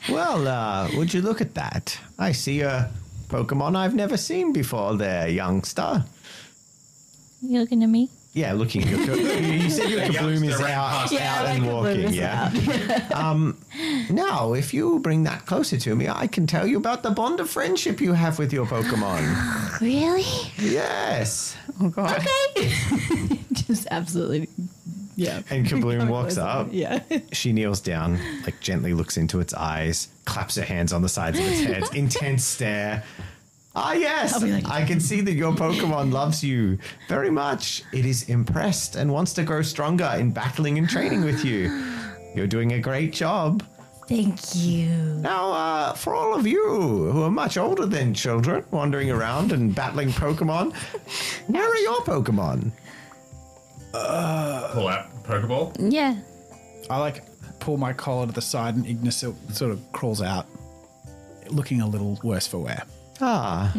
S3: Well, uh, would you look at that? I see a Pokemon I've never seen before there, youngster.
S4: You looking at me?
S3: Yeah, looking at your. you said your Kabloom is
S1: youngster ran
S3: out,
S1: past.
S3: out and walking, yeah? um, now, if you bring that closer to me, I can tell you about the bond of friendship you have with your Pokemon.
S4: Really?
S3: yes.
S4: Oh god. Okay.
S6: *laughs*
S4: Just absolutely. Yeah.
S3: And Kabloom walks
S4: Close.
S3: up.
S4: Yeah.
S3: She kneels down, like gently looks into its eyes, claps her hands on the sides of its head, intense stare. Ah, yes, I can see that your Pokemon loves you very much. It is impressed and wants to grow stronger in battling and training with you. You're doing a great job.
S4: Thank you.
S3: Now, uh, for all of you who are much older than children, wandering around and battling Pokemon, where are your Pokemon?
S1: Pull out Pokeball.
S6: Yeah.
S5: I like pull my collar to the side and Ignis sort of crawls out, looking a little worse for wear.
S3: Ah,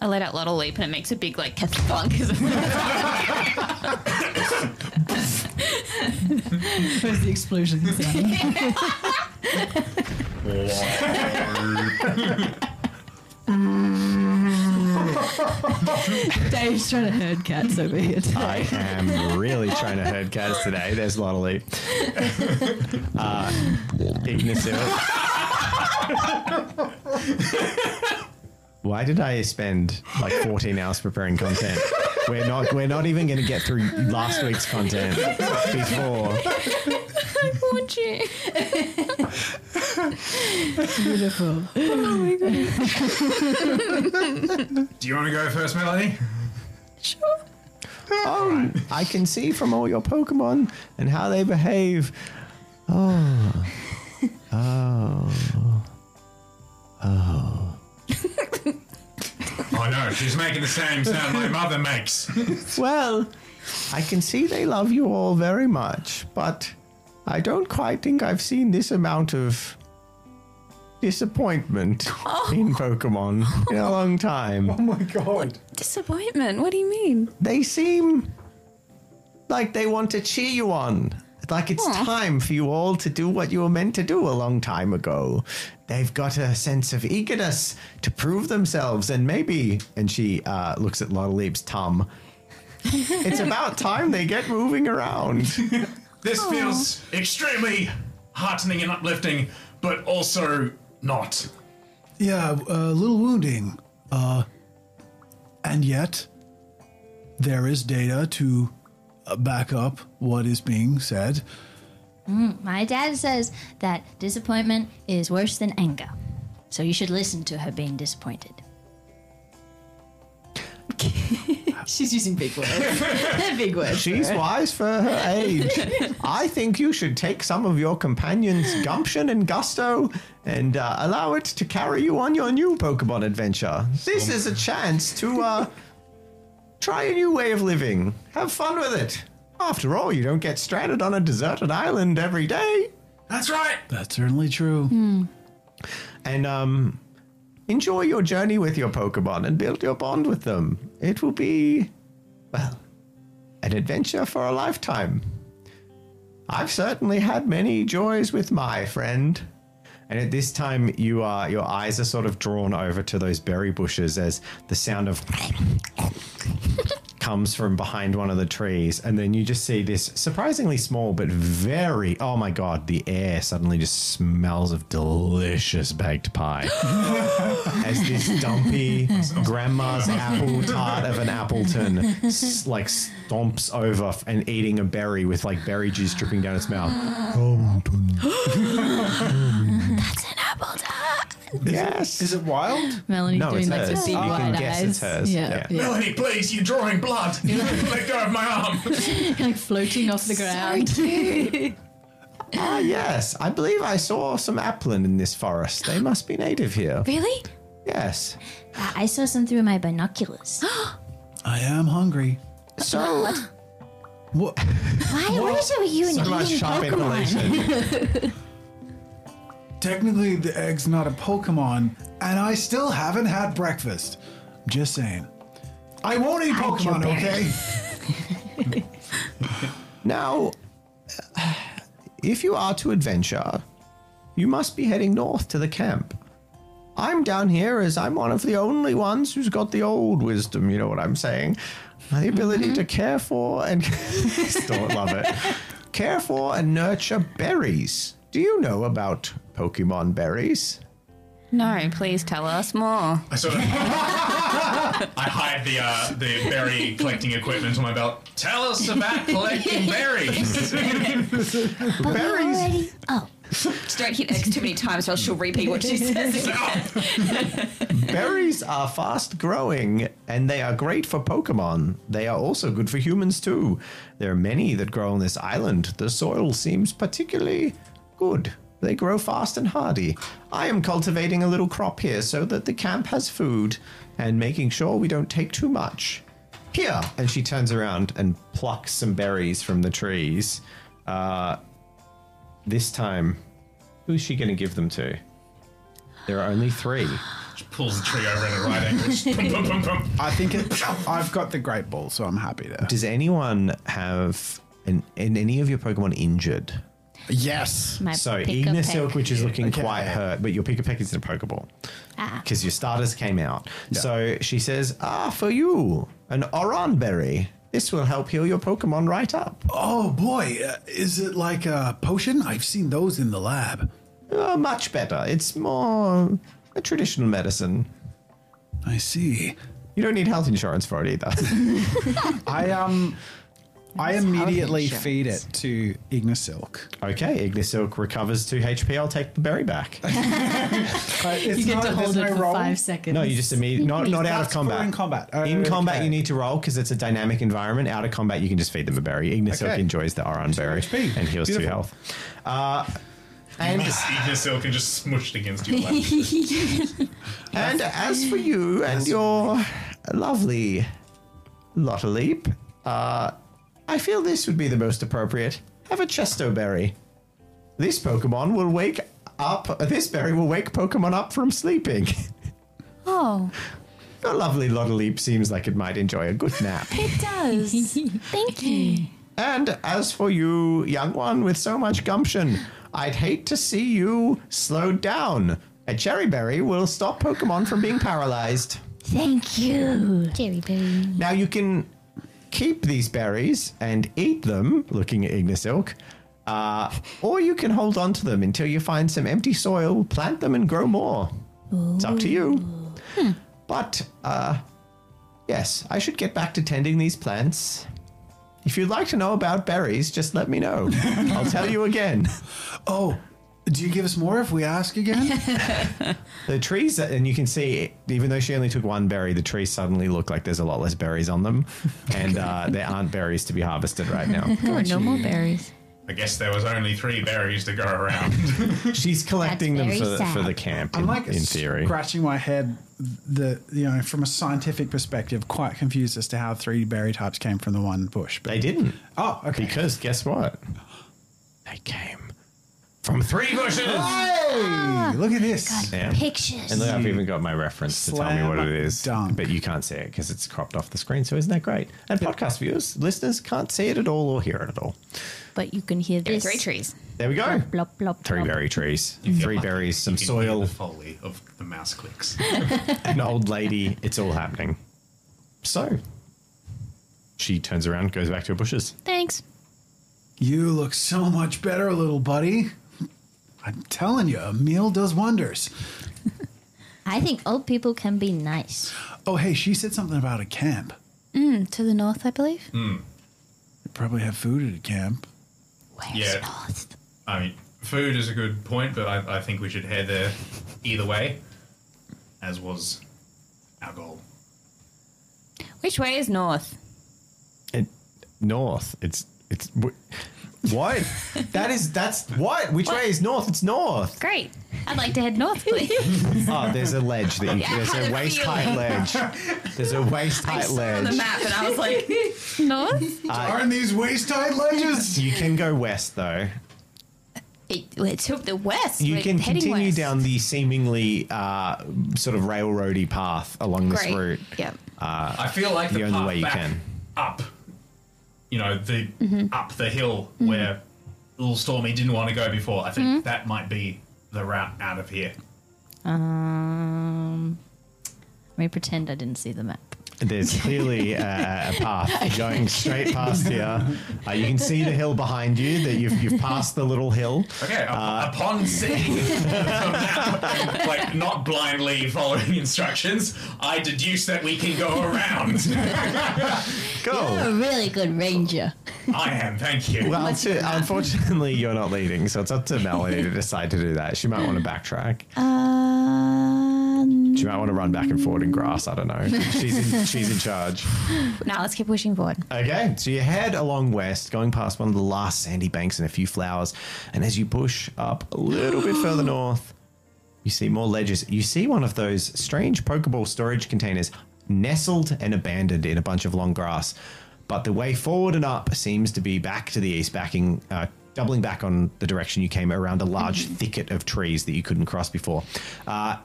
S9: I let out Little Leap and it makes a big, like,
S6: *laughs*
S9: thunk. 'cause I'm-
S4: Where's the *laughs* explosion? Dave's trying to herd cats over *laughs* here.
S3: I am really trying to herd cats today. There's Lottie. Uh, Ignacio. Why did I spend like 14 hours preparing content? We're not. We're not even going to get through last week's content before.
S6: Would you?
S4: Beautiful.
S1: Do you want to go first, Melanie?
S3: Oh, I can see from all your Pokemon and how they behave.
S1: Oh no, she's making the same sound my mother makes.
S3: Well, I can see they love you all very much, but I don't quite think I've seen this amount of disappointment in Pokemon in a long time.
S5: Oh my god!
S6: Disappointment? What do you mean?
S3: They seem like they want to cheer you on. Like it's
S6: Aw.
S3: time for you all to do what you were meant to do a long time ago. They've got a sense of eagerness to prove themselves, and maybe. And she uh, looks at Lottleep's Tom. it's about time they get moving around.
S1: This feels extremely heartening and uplifting, but also not.
S5: Yeah, uh, a little wounding. Uh, and yet, there is data to uh, back up what is being said.
S4: Mm, my dad says that disappointment is worse than anger. So you should listen to her being disappointed.
S3: She's using big words.
S9: Big words.
S3: She's wise for her age. I think you should take some of your companion's gumption and gusto and uh, allow it to carry you on your new Pokemon adventure. This is a chance to uh, try a new way of living. Have fun with it. After all, you don't get stranded on a deserted island every day.
S1: That's right.
S5: That's certainly true.
S3: And um, enjoy your journey with your Pokemon and build your bond with them. It will be, well, an adventure for a lifetime. I've certainly had many joys with my friend. And at this time, you are your eyes are sort of drawn over to those berry bushes as the sound of comes from behind one of the trees, and then you just see this surprisingly small but very oh my god, the air suddenly just smells of delicious baked
S5: *laughs*
S3: pie. As this dumpy grandma's apple tart of an Appleton s- like stomps over f- and eating a berry with like berry juice dripping down its mouth.
S6: That's an apple tart.
S3: yes.
S5: *gasps* Is it wild?
S4: Melanie's
S3: No,
S4: doing
S3: it's
S4: like
S3: hers.
S4: some big
S3: You can
S4: wide
S3: guess
S4: eyes.
S3: it's hers.
S4: Yeah.
S3: Yeah.
S1: Melanie, please, you're drawing blood. Let go of my arm.
S4: *laughs* like floating off the ground.
S3: Ah, yes. I believe I saw some applin in this forest. They must be native here.
S6: Really?
S3: Yes.
S4: Uh, I saw some through my binoculars.
S5: I am hungry.
S3: So,
S5: What?
S4: Why, why are you and
S3: so much
S4: eating
S3: sharp
S4: Pokemon? *laughs*
S3: inhalation.
S5: Technically, the egg's not a Pokemon, and I still haven't had breakfast. Just saying. I won't eat Pokemon, okay?
S3: Now, if you are to adventure, you must be heading north to the camp. I'm down here as I'm one of the only ones who's got the old wisdom, you know what I'm saying? The ability
S4: Mm-hmm.
S3: to care for and *laughs* still love it. Care for and nurture berries. Do you know about Pokemon berries?
S6: *gasps* No, please tell us more.
S1: I sort of. I hide the uh, the berry collecting equipment to my belt. Tell us about collecting berries. *laughs*
S3: berries
S9: Just don't hit X too many times, or else she'll repeat what she says.
S3: Berries are fast growing and they are great for Pokemon. They are also good for humans too. There are many that grow on this island. The soil seems particularly good. They grow fast and hardy. I am cultivating a little crop here so that the camp has food and making sure we don't take too much. Here! And she turns around and plucks some berries from the trees. Uh, this time, who's she going to give them to? There are only three.
S1: Pulls the tree over at a right angle. Just pum, pum, pum, pum.
S5: I think it, I've got the Great Ball, so I'm happy to.
S3: Does anyone have an, in any of your Pokemon injured?
S5: Yes.
S4: My
S3: so
S4: pick a
S3: Ignasilk,
S10: *laughs*
S4: peck.
S3: which is looking
S5: Okay.
S3: quite hurt, but your pick a peck is in a Pokeball
S4: Ah.
S3: because your starters came out. So she says, "Ah, for you, an Oran Berry. This will help heal your Pokemon right up.
S5: Oh boy, uh, is it like a potion? I've seen those in the lab.
S3: Uh, much better. It's more a traditional medicine.
S5: I see.
S3: You don't need health insurance for it either." *laughs*
S5: I um, I immediately
S9: insurance.
S5: feed it to Ignasilk.
S3: okay, Ignasilk recovers two HP. I'll take the berry back.
S5: But it's
S4: You get
S5: not,
S4: to
S5: there's
S4: hold it
S5: no
S4: for
S5: roll.
S4: five seconds.
S3: No, you just immediately not not out of
S5: That's for
S3: combat.
S5: in combat. Oh,
S3: in combat,
S5: okay.
S3: you need to roll because it's a dynamic environment. Out of combat, you can just feed them a berry. Ignis
S5: Okay.
S3: enjoys the Aran berry
S5: HP.
S3: and heals two
S5: Beautiful.
S3: health. Uh, and
S1: Just eat yourself and just smushed against your lap.
S3: and as for you and your lovely Lotteleep, uh, I feel this would be the most appropriate. Have a Chesto berry. This Pokemon will wake up. This berry will wake Pokemon up from sleeping. *laughs*
S6: Oh,
S10: *laughs*
S3: Your lovely Lotteleep seems like it might enjoy a good nap.
S6: it does. Thank you.
S3: And as for you, young one with so much gumption, I'd hate to see you slowed down. A cherry berry will stop Pokemon from being paralyzed.
S10: Thank you. Cherry berry.
S3: Now you can keep these berries and eat them, looking at Ignisilk, uh, or you can hold on to them until you find some empty soil, plant them, and grow more. It's up to you. But, uh, yes, I should get back to tending these plants. If you'd like to know about berries, just let me know. I'll tell you again.
S5: Oh, do you give us more if we ask again?
S3: The trees, and you can see, even though she only took one berry, the trees suddenly look like there's a lot less berries on them, and uh, there aren't berries to be harvested right now.
S10: Oh, no more berries.
S1: I guess there was only three berries to go around.
S3: She's collecting them
S10: very
S3: for the, for
S10: sad.
S3: the camp.
S5: I'm
S3: in,
S5: like
S3: in theory.
S5: scratching my head. The you know from a scientific perspective, quite confused as to how three berry types came from the one bush. But
S3: They didn't.
S5: oh, okay.
S3: Because guess what? They came from three bushes.
S4: Ah,
S5: Hey, look at this.
S3: Yeah.
S10: Pictures.
S3: And look, I've even got my reference to tell me what it is,
S5: Slam-dunk.
S3: but you can't see it because it's cropped off the screen. So isn't that great? And podcast viewers, listeners can't see it at all or hear it at all.
S10: But you can hear this.
S9: Three trees.
S3: There we go.
S10: Blop, blop,
S3: Three
S10: blop.
S3: Oh. berry trees,
S1: If you're
S3: three
S1: lucky,
S3: berries, some
S1: you can hear
S3: soil,
S1: The foley of the mouse clicks.
S3: an
S1: *laughs*
S3: old lady. It's all happening. So she turns around, goes back to her bushes.
S6: Thanks.
S5: You look so much better, little buddy. I'm telling you, a meal does wonders.
S10: I think old people can be nice.
S5: Oh, hey, she said something about a camp.
S6: Mm, to the north, I believe.
S3: Hmm.
S5: They probably have food at a camp.
S10: Where's
S1: Yeah.
S10: north?
S1: I mean, food is a good point, but I, I think we should head there either way, as was our goal.
S9: Which way is north?
S3: It, north. It's it's wh-
S9: *laughs*
S3: what? that is that's what? Which way is north?
S9: *laughs*
S3: It's north.
S6: Great. I'd like to head
S10: *laughs*
S6: north, please.
S3: Oh, there's a ledge that you,
S9: Yeah, I
S3: there's
S9: had
S3: a
S9: a
S3: waist height ledge. There's a
S9: *laughs*
S3: waist height
S9: On the
S3: ledge.
S9: map, and I was
S6: *laughs*
S9: like,
S6: north?
S5: Aren't these waist high ledges?
S3: You can go west though.
S9: it, well, it's up the west.
S3: You
S9: We're
S3: can
S9: heading
S3: continue
S9: west.
S3: down the seemingly uh, sort of railroady path along this
S9: Great.
S3: route.
S9: Yep.
S1: I feel like the,
S3: the only
S1: path
S3: way you
S1: back
S3: can.
S1: up, you know, the up the hill where little Stormy didn't want to go before. I think that might be the route out of here.
S4: Um, let me pretend I didn't see the map.
S9: *laughs*
S3: There's clearly a, a path going straight past here. Uh, you can see the hill behind you. That you've you've passed the little
S9: *laughs*
S3: hill.
S1: Okay. up-
S3: Uh,
S1: upon seeing
S3: *laughs*
S1: the map, like not blindly following instructions, I deduce that we can go
S3: *laughs*
S1: around.
S3: Go.
S4: A really good ranger.
S1: I am. Thank you.
S3: Well, it's- *laughs* unfortunately, you're not leading, so it's up to Melanie to decide to do that. She might want to backtrack.
S6: Um,
S3: She might want to run back and forward in grass. I don't know. She's in, she's in charge.
S6: now let's keep pushing forward.
S3: Okay, so you head along west, going past one of the last sandy banks and a few flowers. And as you push up a little bit further north, you see more ledges. You see one of those strange Pokeball storage containers nestled and abandoned in a bunch of long grass. But the way forward and up seems to be back to the east, backing, uh, doubling back on the direction you came around a large thicket of trees that you couldn't cross before. Uh,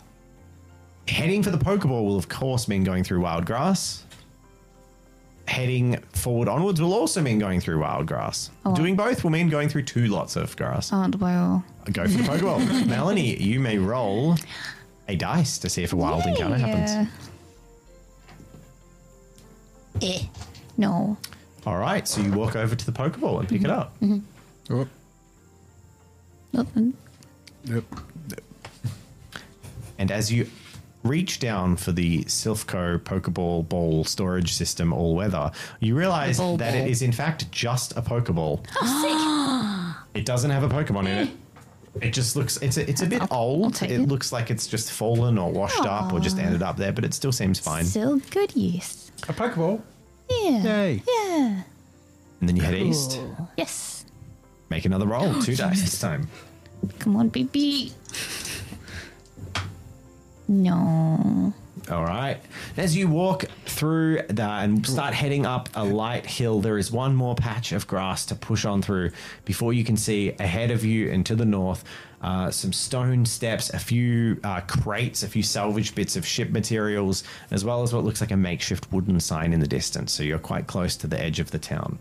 S3: heading for the Pokeball will, of course, mean going through wild grass heading forward onwards will also mean going through wild grass. Doing both will mean going through two lots of grass.
S6: Aren't well.
S3: Go for the Pokeball. Melanie, you may roll a dice to see if a wild encounter happens.
S10: Eh.
S6: No.
S3: All right, so you walk over to the Pokeball and pick it up.
S5: Oh,
S6: Nothing.
S5: yep.
S3: And as you reach down for the Silphco Pokeball ball storage system all weather, you realize
S10: The ball
S3: that it
S10: ball.
S3: is in fact just a Pokeball. It doesn't have a Pokemon in it. It just looks it's a, it's a bit old.
S6: take
S3: It,
S6: it.
S3: looks like it's just fallen or washed up or just ended up there, but it still seems fine.
S6: Still good use.
S5: A Pokeball.
S6: Yeah.
S5: Yay.
S6: Yeah.
S3: And then you head east.
S6: Yes.
S3: Make another roll, two dice this time.
S6: Come on, baby. No.
S3: All right. As you walk through the, and start heading up a light hill, there is one more patch of grass to push on through before you can see ahead of you and to the north uh, some stone steps, a few uh, crates, a few salvaged bits of ship materials, as well as what looks like a makeshift wooden sign in the distance. So you're quite close to the edge of the town.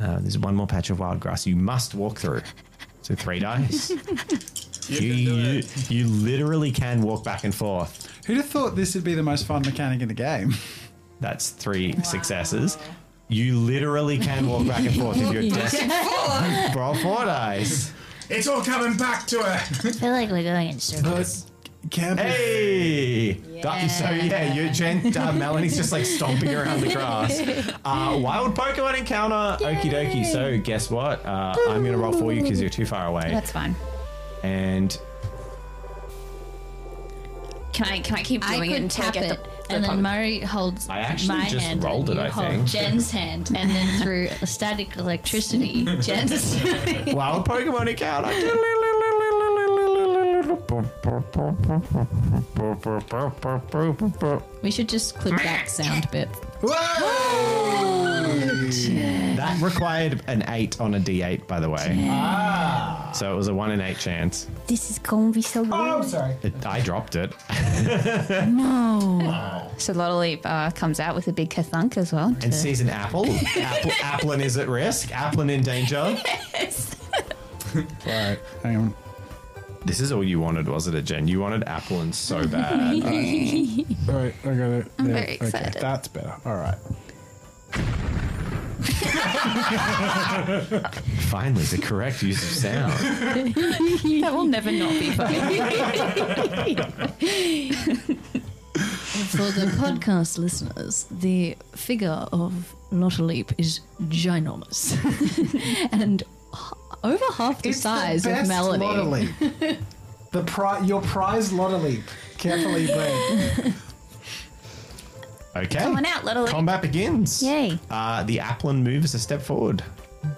S3: Uh, there's one more patch of wild grass you must walk through. So three dice. you, you, you literally can walk back and forth.
S7: Who'd have thought this would be the most fun mechanic in the game?
S3: That's three successes. You literally can walk back and forth if you're desperate. *laughs* Roll four dice.
S1: It's all coming back to it.
S11: I feel like we're going in circles.
S3: Hey! That- so yeah, you, Jen, uh, Melanie's just like stomping around the grass. Uh, wild Pokemon encounter. Okie dokie. So guess what? Uh, I'm gonna roll for you because you're too far away.
S6: That's fine.
S3: And
S6: Can I can I keep
S4: I
S6: doing it
S4: could
S6: until I
S4: tap it,
S6: get the, the
S4: and
S6: pub-
S4: then Murray holds
S3: I actually
S4: my
S3: just
S4: hand.
S3: rolled
S4: and
S3: it,
S4: you
S3: I
S4: hold
S3: think.
S4: Jen's hand, and
S6: *laughs*
S4: then through
S3: *laughs*
S4: static electricity, Jen's.
S3: wild Pokemon *laughs* encounter.
S4: we should just clip that sound bit.
S3: That required an eight on a D8, by the way. So it was a one in eight chance.
S12: This is gonna be so good. Oh, I'm
S7: sorry.
S3: It, I dropped it.
S6: no. So Lottleep uh, comes out with a big kathunk as well.
S3: and
S6: to-
S3: sees
S12: *laughs*
S3: an apple. apple. Applin is at risk. Applin in danger.
S7: Right, hang on.
S3: This is all you wanted, was it, a Jen? You wanted
S12: *laughs*
S3: Applin so bad. Oh,
S7: All right, I got it.
S6: I'm
S7: There,
S6: very excited.
S7: Okay, that's better. All right.
S3: Finally, the correct use of sound.
S6: that will never not be funny.
S4: For *laughs* the podcast listeners, the figure of Lottaleep is ginormous *laughs* and h- over half the size
S7: the
S4: of
S7: best
S4: Melody. *laughs*
S7: Lottaleep. the pri- your prize Lottaleep. Carefully bred.
S3: Okay.
S12: Come on out, Lottleep.
S3: Combat begins.
S12: Yay.
S3: Uh, the Applin moves a step forward.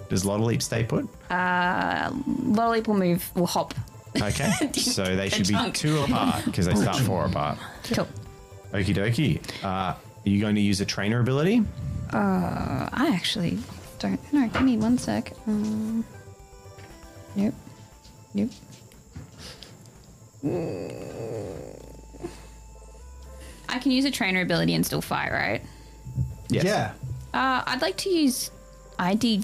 S3: Does Lottleep stay put?
S6: uh, Lottleep will move, will hop.
S12: *laughs*
S3: Okay. so they should be
S6: Chunk.
S3: two apart because they start four apart.
S6: Cool.
S3: Okie dokie. Uh, are you going to use a trainer ability?
S6: Uh, I actually don't know. Give me one sec. Um, nope. Nope. I can use a trainer ability and still fight, right?
S3: Yes.
S7: Yeah.
S6: Uh, I'd like to use ID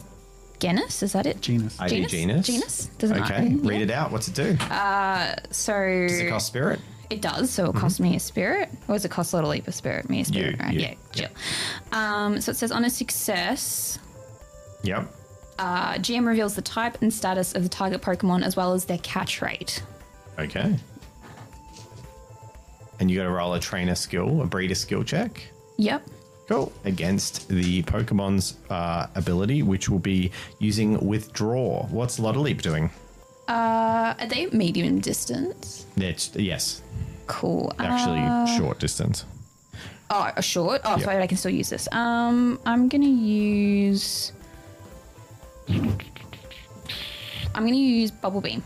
S6: Genus. Is that it?
S7: Genus.
S3: ID Genus?
S6: Genus? Doesn't
S3: okay.
S6: matter.
S3: Read it out. What's it do?
S6: Uh, so
S3: Does it cost Mm-hmm. spirit?
S6: It does, so it costs me a spirit. Or does it cost Little Leap a spirit? Me a spirit,
S3: You,
S6: right?
S3: you,
S6: Yeah, chill. Um, so it says on a success,
S3: Yep.
S6: uh, GM reveals the type and status of the target Pokemon as well as their catch rate.
S3: Okay. And you got to roll a trainer skill, a breeder skill check.
S6: Yep.
S3: Cool. Against the Pokemon's uh, ability, which will be using Withdraw. What's Lottleep doing?
S6: Uh, are they medium distance?
S3: It's, yes,
S6: Cool.
S3: actually
S6: Uh,
S3: short distance.
S6: oh, a short. Oh,
S3: Yeah.
S6: sorry, I can still use this. Um, I'm
S3: *laughs*
S6: gonna use. I'm gonna use Bubble Beam.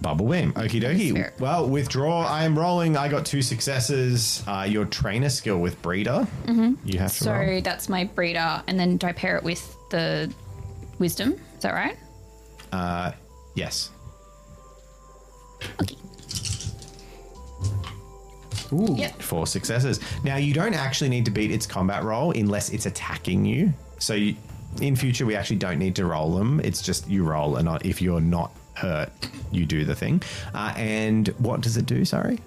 S3: Bubble beam. Okie
S6: Fair.
S3: dokie. Well, withdraw. I'm rolling. I got two successes. Uh, your trainer skill with breeder.
S6: Mhm.
S3: You have to
S6: so
S3: roll.
S6: that's my breeder, and then do I pair it with the wisdom? Is that right?
S3: Uh, yes. Ooh.
S6: Yep.
S3: Four successes. Now you don't actually need to beat its combat roll unless it's attacking you. So you, in future, we actually don't need to roll them. It's just you roll, and not if you're not hurt, you do the thing. Uh, and what does it do? Sorry.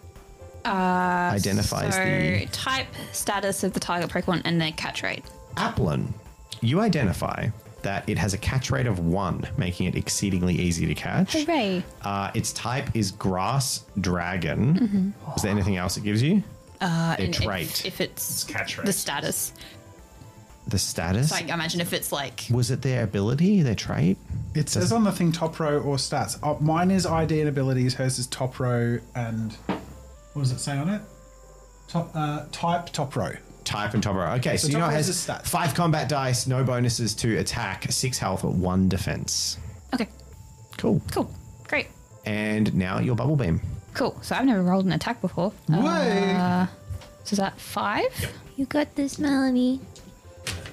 S6: Uh,
S3: Identifies
S6: so
S3: the-
S6: type, status of the target Pokemon, and their catch rate.
S3: Applin, you identify that it has a catch rate of one, making it exceedingly easy to catch.
S6: Hooray!
S3: Uh, its type is grass dragon.
S6: Mhm.
S3: Is there anything else it gives you?
S6: Uh,
S3: Their
S6: and if-
S3: trait.
S6: If, it's,
S3: catch
S6: the
S3: rate.
S6: status.
S3: The status?
S6: So I imagine if it's like
S3: Was it their ability, their trait?
S7: It says on the thing top row or stats. Uh, mine is ID and abilities. Hers is top row and what does it say on it? Top uh, type top row.
S3: Type and top row. Okay, so,
S7: So
S3: you know
S7: top
S3: it
S7: row
S3: has
S7: is the stats.
S3: five combat dice, no bonuses to attack, six health, one defense.
S6: Okay.
S3: Cool.
S6: Cool. Great.
S3: And now your bubble beam.
S6: Cool. So I've never rolled an attack before.
S3: Way.
S6: Uh, so is that five?
S11: You got this, Melanie.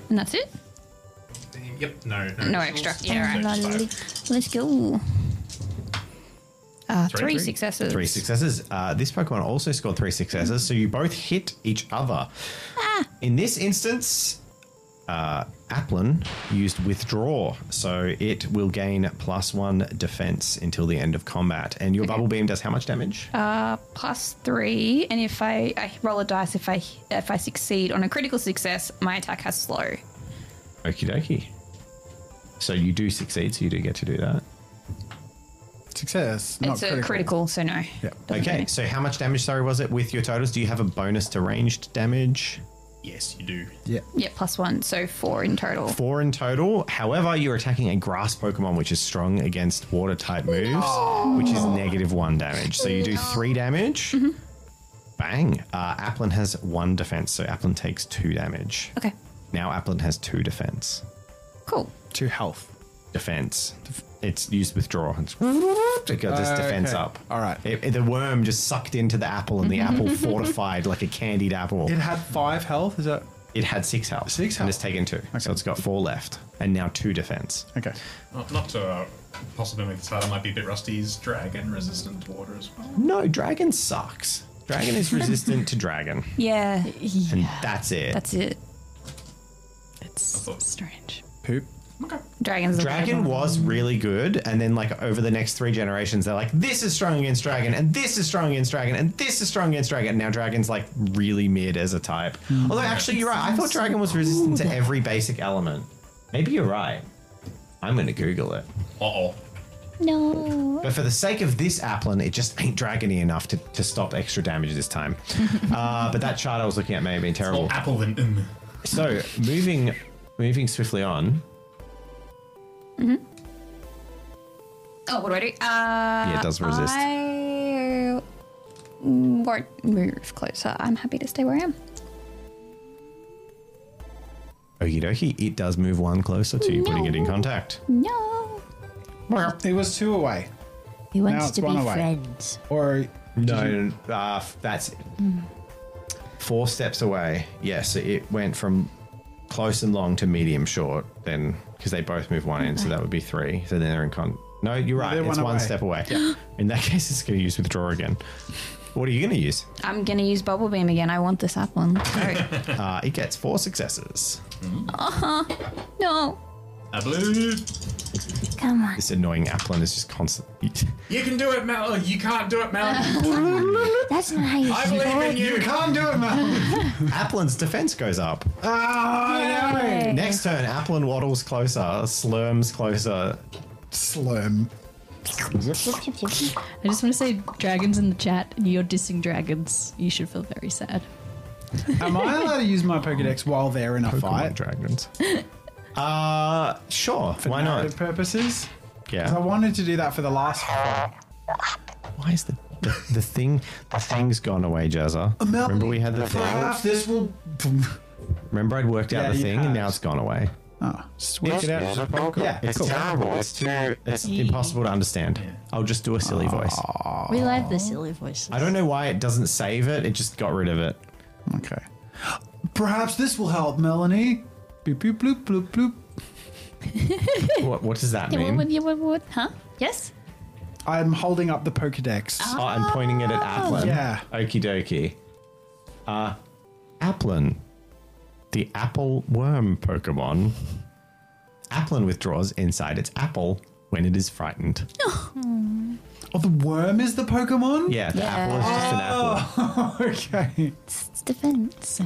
S6: And that's it?
S1: Yep. No. No,
S6: No extra.
S1: Yeah.
S6: Yeah,
S1: Right.
S6: Let's go. Uh, three,
S3: Three.
S6: successes.
S3: Three successes. Uh, this Pokemon also scored three successes, so you both hit each other. In this instance, uh, Applin used withdraw, so it will gain plus one defense until the end of combat. And your bubble beam does how much damage?
S6: Uh, plus three, and if I, I roll a dice, if I if I succeed on a critical success, my attack has slow.
S3: Okie dokie. So you do succeed, so you do get to do that.
S5: Success.
S6: it's a critical, so no.
S3: Okay, so how much damage, sorry, was it with your totals? Do you have a bonus to ranged damage?
S1: Yes, you do.
S3: Yeah.
S6: Yeah, plus one, so four in total.
S3: Four in total. However, you're attacking a grass Pokemon which is strong against water type moves, which is negative one damage. So you do three damage. Bang. Uh, Applin has one defense, so Applin takes two damage.
S6: Okay.
S3: Now Applin has two defense.
S6: Cool.
S3: Two health. Defense. It's used withdraw. It's *laughs* it got this
S5: Okay.
S3: defense up. Uh, All right. the worm just sucked into the apple, and the apple fortified like a candied apple.
S5: It had five health. Is that
S3: It had six health. Six health. And it's taken two. So it's got four left. And now two defense.
S5: Okay.
S1: Not, not to uh, possibly make this hard, I might be a bit rusty. Is dragon resistant to water as well?
S3: No, dragon sucks. Dragon is resistant to dragon.
S6: *laughs* Yeah.
S3: And that's it.
S6: That's it.
S3: It's
S6: strange.
S3: Poop.
S6: Dragons. are
S3: Dragon
S6: terrible.
S3: was really good, and then like over the next three generations, they're like, this is strong against dragon, and this is strong against dragon, and this is strong against dragon. Now dragon's like really mid as a type.
S6: Mm.
S3: Although actually, you're right. I thought dragon was resistant to every basic element. Maybe you're right. I'm gonna Google it.
S1: Uh oh.
S6: No.
S3: But for the sake of this Applin, it just ain't dragony enough to, to stop extra damage this
S6: *laughs*
S3: time. uh, but that chart I was looking at may have been terrible.
S1: Or apple and um.
S3: So moving, moving swiftly on.
S6: hmm Oh, what do I do? Uh, yeah,
S3: it does resist.
S6: Uh, I won't move closer. I'm happy to stay where I am.
S3: Okie dokie, it does move one closer to you, putting it in contact.
S6: No.
S5: It was two away.
S10: He wants
S3: Now it's
S10: to be
S3: one away.
S10: friends.
S5: Or
S3: No, uh, f- that's four steps away. Yes, it went from close and long to medium short, then because they both move one end, so that would be three. So then they're in con. No, you're right.
S5: They're
S3: it's
S5: one
S3: one
S5: away.
S3: step away. In that case, it's going to use withdraw again. What are you going to use?
S6: I'm gonna use bubble beam again. I want this app
S3: *laughs*
S6: one.
S3: uh, it gets four successes.
S6: uh-huh. No.
S1: I believe.
S6: Come on.
S3: This annoying Applin is just constantly. *laughs*
S1: You can do it, Mel. Oh, You can't do it, Mel.
S10: That's not how you
S1: I believe in you.
S3: do it, Mel. *laughs* Applin's defense goes up.
S5: Oh,
S3: Next turn, Applin waddles closer, slurms closer. Slurm.
S4: I just want to say dragons in the chat, and you're dissing dragons. You should feel very sad.
S5: Am I allowed to use my
S3: *laughs*
S5: Pokedex while they're in a fight?
S3: Dragons. Uh, sure.
S5: For
S3: why not?
S5: narrative purposes.
S3: Yeah.
S5: 'Cause I wanted to do that for the last fight.
S3: Why is the the, the thing the thing's gone away, Jazza? Remember we had the thing.
S5: this will.
S3: Remember I'd worked out
S5: Yeah,
S3: the
S5: you
S3: thing and now it's gone away.
S5: Oh, just work it out.
S3: Yeah, it's terrible. It's too. It's impossible to understand. I'll just do a silly voice.
S10: We like the silly voices.
S3: I don't know why it doesn't save it. It just got rid of it.
S10: *laughs*
S5: Okay. Perhaps this will help, Melanie. Boop, boop, bloop, bloop, bloop.
S3: what, what does that
S6: Yeah, what,
S3: mean?
S6: what, yeah, what, what, huh? Yes.
S5: I'm holding up the Pokedex.
S3: Oh, I'm pointing it at Applin.
S5: Yeah.
S3: Okie dokie. Uh, Applin, the apple worm Pokemon. Applin withdraws inside its apple when it is frightened.
S5: Oh, the worm is the Pokemon?
S3: Yeah, the apple is just an apple.
S5: Oh, okay.
S10: It's defense.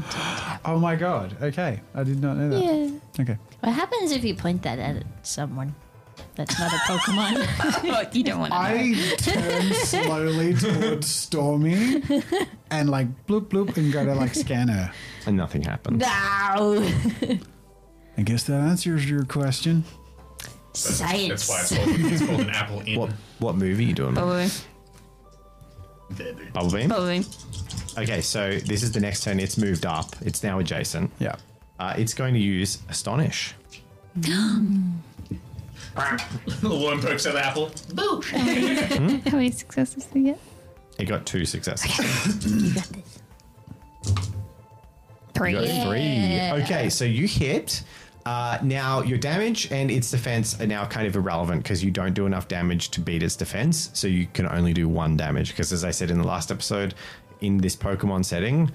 S5: Oh my god. Okay. I did not know that.
S10: Yeah.
S5: Okay.
S10: What happens if you point that at someone that's not a Pokemon?
S6: you don't want
S5: I turn slowly towards
S10: *laughs*
S5: Stormy and like bloop bloop and go to like scan her.
S3: And nothing happens.
S10: No.
S5: I guess that answers your question.
S10: Science.
S1: That's why it's called, it's called an apple in.
S3: What, what movie are you doing? Bubble Beam? Okay, so this is the next turn. It's moved up. It's now adjacent.
S5: Yeah.
S3: Uh, it's going to use Astonish.
S1: Little worm pokes at *laughs* the apple.
S6: Boo. How many successes do you get?
S3: It got two successes.
S6: Three.
S3: You got three. Okay, so you hit. Uh, now your damage and its defense are now kind of irrelevant because you don't do enough damage to beat its defense, so you can only do one damage. Because as I said in the last episode, in this Pokemon setting,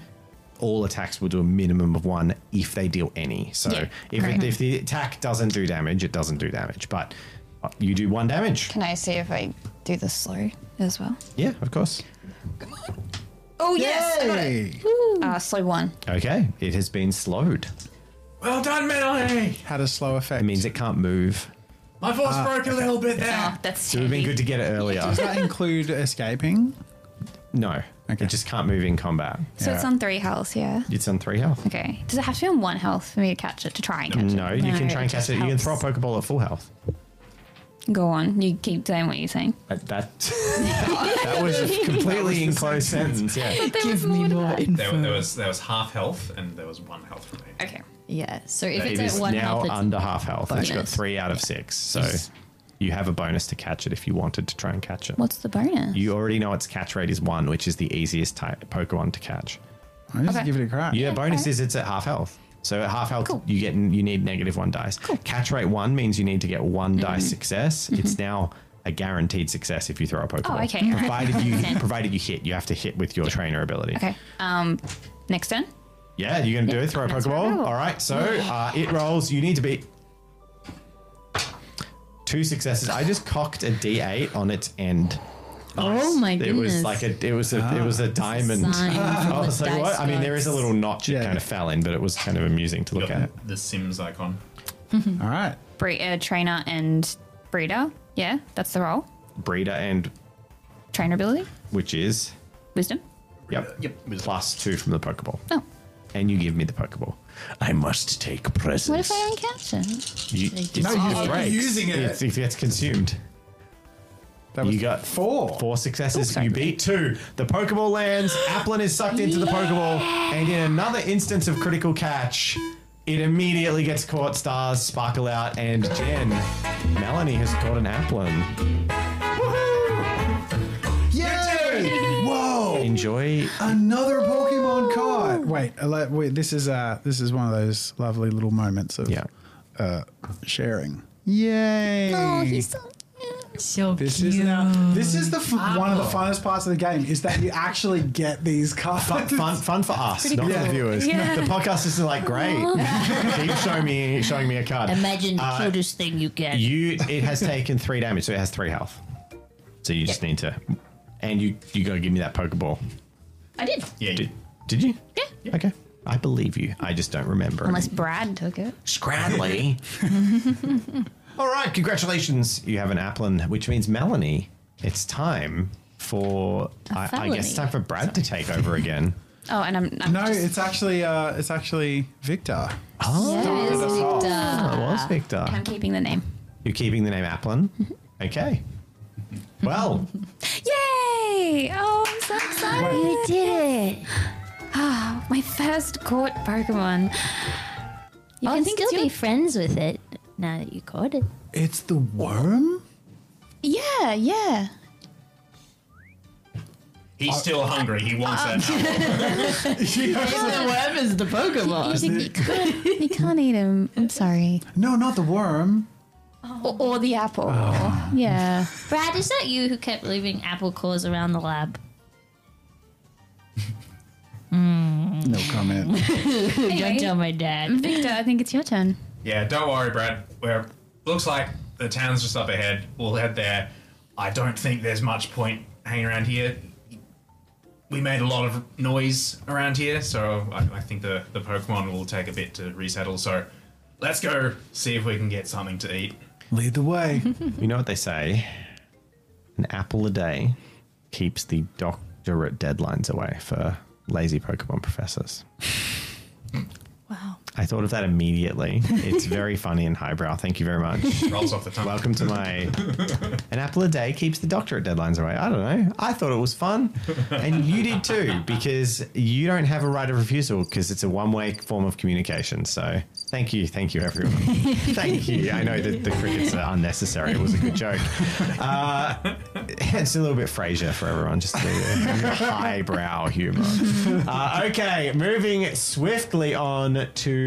S3: all attacks will do a minimum of one if they deal any. So
S9: Yeah,
S3: if,
S9: right.
S3: it, if the attack doesn't do damage, it doesn't do damage. But uh, you do one damage.
S9: Can I see if I do the slow as well?
S3: Yeah, of course.
S9: Oh yes, I got it. Uh, slow one.
S3: Okay, it has been slowed.
S1: Well done, Melanie.
S3: Had a slow effect. It means it can't move.
S1: My voice
S5: Ah.
S1: broke a little bit there.
S6: Oh,
S9: that's
S3: It would have been good to get it earlier.
S5: Does that include escaping?
S3: No. Okay. It just can't move in combat.
S6: So it's on three health, yeah.
S3: It's on three health.
S6: Okay. Does it have to be on one health for me to catch it, to try and catch
S3: No,
S6: it?
S3: you can try and catch
S6: just
S3: it. You can
S6: helps.
S3: throw a Pokeball at full health.
S6: Go on. You keep saying what you're saying.
S3: Uh, *laughs* That that was a completely enclosed sentence. Yeah.
S6: Give me more
S1: There, wa- there was there was half health and there was one health remaining.
S6: Okay.
S4: Yeah. So if
S3: It
S4: it's
S3: is
S4: at one
S3: now
S4: health, it's
S3: under half health. It's got
S4: bonus.
S3: three out of six, so you have a bonus to catch it if you wanted to try and catch it.
S6: What's the bonus?
S3: You already know its catch rate is one, which is the easiest type Pokemon to catch.
S5: I just give it a crack.
S3: Yeah, bonus
S5: okay.
S3: is it's at half health. So at half health, you get you need negative one dice. Catch rate one means you need to get one
S6: Mm-hmm.
S3: dice success. It's now a guaranteed success if you throw a Pokemon.
S6: Oh, okay, alright.
S3: Provided
S6: *laughs*
S3: you
S6: Okay.
S3: provided you hit, you have to hit with your trainer ability.
S6: Okay. Um, next turn.
S3: Yeah, you're gonna do it. Throw a
S6: that's what I
S3: Pokeball.
S6: will.
S3: All right, so uh, it rolls. You need to beat two successes. I just cocked a D8 on its end.
S4: Oh my
S3: It was
S4: goodness.
S3: like a, it was a, it was Ah, a diamond. *laughs*
S4: sign from
S3: I
S4: the
S3: was like,
S4: dice
S3: what? I mean, there is a little notch it kind of fell in, but it was kind of amusing to look at.
S1: The Sims icon.
S3: All right,
S6: Bre- uh, trainer and breeder. Yeah, that's the role.
S3: breeder and
S6: Trainer ability,
S3: which is
S6: wisdom.
S3: yep, yep, plus two from the Pokeball.
S6: Oh.
S3: and you give me the Pokeball. I must take presents.
S6: What if I don't catch it?
S3: You,
S6: They
S3: it's,
S6: just-
S3: it
S6: No,
S3: breaks.
S6: you're using it.
S3: It's- It gets consumed. you got four. Four successes. you beat two. The Pokeball lands. Applin is sucked into the Pokeball. And in another instance of critical catch, it immediately gets caught. Stars sparkle out. And Jen, Melanie has caught an Applin.
S5: Yay! Whoa!
S3: Enjoy.
S5: Another Pokemon caught. Wait, a le- wait. This is uh, this is one of those lovely little moments of uh, sharing. Yay!
S6: Oh, he's so
S4: so
S5: This is now. This is the f- one of the funnest parts of the game is that you actually get these cards.
S3: Fun, fun, fun for us, *laughs*
S5: Pretty
S3: not for
S5: cool.
S3: the viewers.
S5: Yeah.
S3: The podcast is like great. Keep showing me, showing me a card.
S10: Imagine the
S3: Uh,
S10: cutest thing you get.
S3: You it has taken three damage, so it has three health. So you just need to, and you you gotta give me that Pokeball.
S6: I did.
S3: Yeah. Did, did you? Yeah. Okay. I believe you. I just don't remember.
S6: Unless Brad took it. *laughs*
S3: Scradley. All right. Congratulations. You have an Applin, which means Melanie. It's time for
S6: A
S3: I, I guess
S6: felony.
S3: it's time for Brad to take over again.
S6: Oh, and I'm. I'm
S5: no, it's actually uh, it's actually Victor.
S3: Oh,
S6: Yeah, it is
S5: Started us off.
S6: Victor.
S3: Oh, it was Victor.
S6: I'm keeping the name.
S3: You're keeping the name Applin. Okay. Well,
S6: Yay! Oh, I'm so excited. You did it. *gasps* Ah, my first caught Pokemon.
S10: You
S6: You can
S10: can
S6: still
S10: still
S6: do-
S10: be friends with it now that you caught it.
S5: It's the worm.
S6: Yeah, yeah.
S1: He's still hungry. He wants that.
S4: the worm is the Pokemon.
S6: You, you, can't, you can't eat him. I'm sorry.
S5: No, not the worm.
S6: Or, or the apple. Yeah.
S10: Brad, is that you who kept leaving apple cores around the lab?
S5: No comment.
S10: Don't
S6: Anyway.
S10: tell my
S4: *laughs*
S10: dad.
S6: Victor, I think it's your turn.
S1: Yeah, don't worry, Brad. We're looks like the town's just up ahead. We'll head there. I don't think there's much point hanging around here. We made a lot of noise around here, so I, I think the, the Pokemon will take a bit to resettle. So let's go see if we can get something to eat.
S5: Lead the way.
S3: You know what they say? An apple a day keeps the doctorate deadlines away for lazy Pokemon professors.
S10: Wow.
S3: I thought of that immediately. It's very funny and highbrow. Thank you very much.
S1: Rolls off the
S3: *laughs*
S1: tongue.
S3: Welcome to my. An apple a day keeps the doctorate deadlines away. I don't know. I thought it was fun. And you did too, because you don't have a right of refusal because it's a one way form of communication. So thank you. Thank you, everyone. Thank you. I know that the crickets are unnecessary. It was a good joke. Uh, *laughs* it's a little bit Frasier for everyone, just a little bit highbrow humor. Uh, okay, moving swiftly on to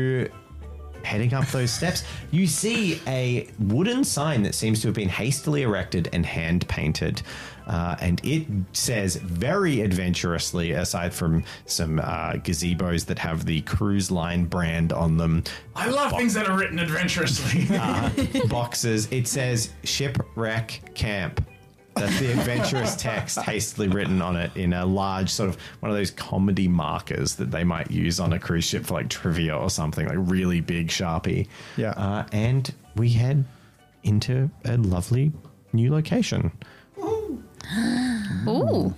S3: Heading up those steps, you see a wooden sign that seems to have been hastily erected and hand painted. Uh, and it says very adventurously, aside from some uh, gazebos that have the cruise line brand on them,
S1: I love things that are written adventurously.
S3: uh, boxes. It says shipwreck camp. That's the adventurous text hastily written on it in a large sort of one of those comedy markers that they might use on a cruise ship for like trivia or something, like really big sharpie. Yeah. Uh, and we head into a lovely new location.
S6: Ooh.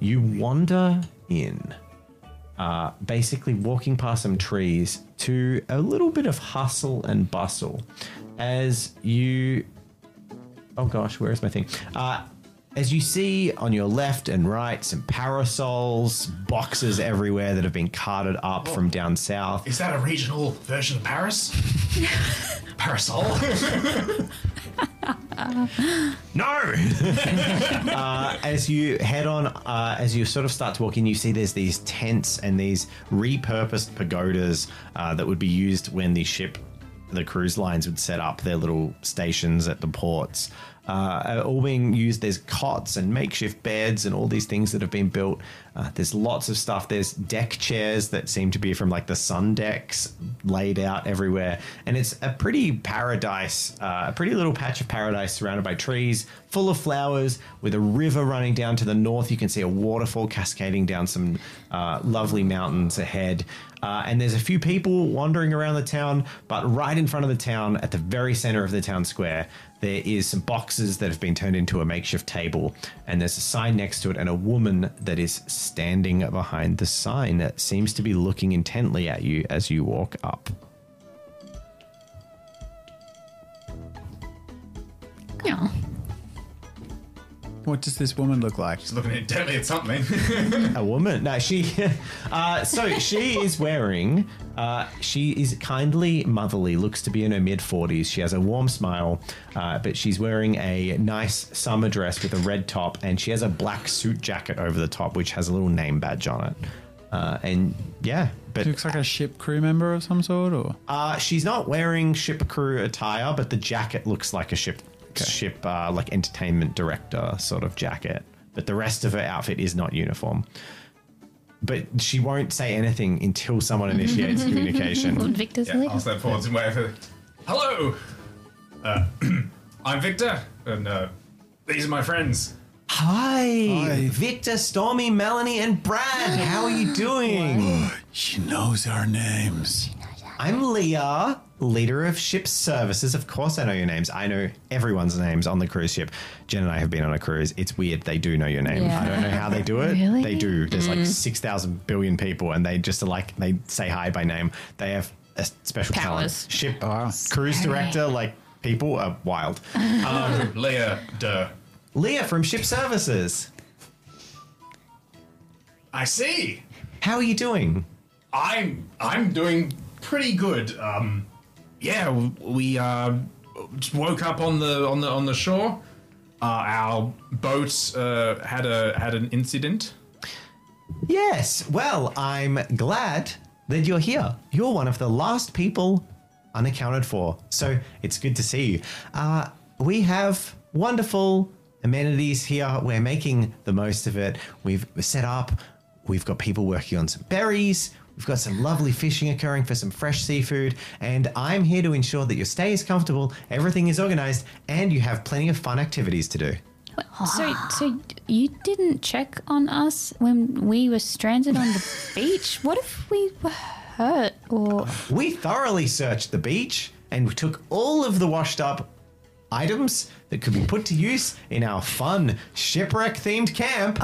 S3: You wander in, uh, basically walking past some trees to a little bit of hustle and bustle as you. Oh gosh, where is my thing? Uh, as you see on your left and right, some parasols, boxes everywhere that have been carted up from down south.
S1: Is that a regional version of Paris? Parasol? *laughs*
S3: No. uh, as you head on, uh, as you sort of start to walk in, you see there's these tents and these repurposed pagodas uh, that would be used when the ship, the cruise lines would set up their little stations at the ports. Uh, are all being used. There's cots and makeshift beds and all these things that have been built. Uh, there's lots of stuff. There's deck chairs that seem to be from like the sun decks laid out everywhere. And it's a pretty paradise, uh, a pretty little patch of paradise surrounded by trees, full of flowers, with a river running down to the north. You can see a waterfall cascading down some uh, lovely mountains ahead. Uh, and there's a few people wandering around the town, but right in front of the town, at the very center of the town square, there is some boxes that have been turned into a makeshift table, and there's a sign next to it, and a woman that is standing behind the sign that seems to be looking intently at you as you walk up.
S5: Yeah. What does this woman look like? She's
S1: looking intently at something.
S3: a woman? No, she. *laughs* Uh, so she is wearing. Uh, she is kindly motherly, looks to be in her mid 40s. She has a warm smile, uh, but she's wearing a nice summer dress with a red top, and she has a black suit jacket over the top, which has a little name badge on it. Uh, and yeah, but
S5: She looks like a ship crew member of some sort, or
S3: uh, she's not wearing ship crew attire, but the jacket looks like a ship ship uh, like entertainment director sort of jacket. But the rest of her outfit is not uniform. But she won't say anything until someone initiates communication.
S6: Victor's
S1: yeah, I'll step forwards and wait for. Hello! Uh, *clears throat* I'm Victor, and uh, these are my friends.
S3: Hi, Victor, Stormy, Melanie, and Brad. How are you doing? she knows our names. I'm Leah, leader of ship services. Of course, I know your names. I know everyone's names on the cruise ship. Jen and I have been on a cruise. It's weird. They do know your name.
S7: Yeah.
S3: I don't know how they do it.
S7: Really?
S3: They do. There's like
S7: Mm.
S3: 6,000 billion people, and they just are like, they say hi by name. They have a special
S1: Powers.
S3: talent. Ship cruise
S1: Scary.
S3: director, like, people are wild.
S1: Hello, Leah Duh.
S3: Leah from Ship Services.
S1: I see.
S3: How are you doing?
S1: I'm I'm doing pretty good. Um, yeah, w- we uh, just woke up on the on the on the shore. Uh, our boat uh, had a had an incident.
S3: Yes, well, I'm glad that you're here. You're one of the last people unaccounted for, so it's good to see you. Uh, we have wonderful amenities here. We're making the most of it. We've set up, we've got people working on some berries. We've got some lovely fishing occurring for some fresh seafood, and I'm here to ensure that your stay is comfortable, everything is organized, and you have plenty of fun activities to do.
S6: So, so you didn't check on us when we were stranded on *laughs* the beach? What if we were hurt or
S3: We thoroughly searched the beach and we took all of the washed up items that could be put to use in our fun shipwreck themed camp.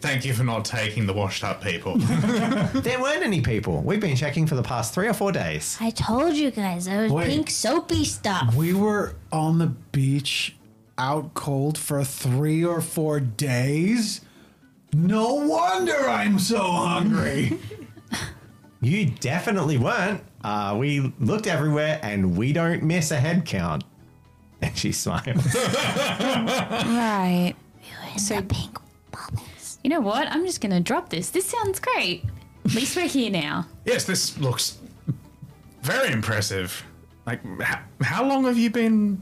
S1: Thank you for not taking the washed up people. *laughs*
S3: there weren't any people. We've been checking for the past three or four days.
S10: I told you guys there was
S5: Wait.
S10: pink soapy stuff.
S5: we were on the beach, out cold for three or four days. No wonder I'm so *laughs* hungry.
S3: You definitely weren't. Uh, we looked everywhere and we don't miss a head count. *laughs* And she smiles.
S6: right? So pink bubbles. You know what? I'm *laughs* just gonna drop this. This sounds great. At least we're here now.
S1: yes, this looks Very impressive. Like, how, how long have you been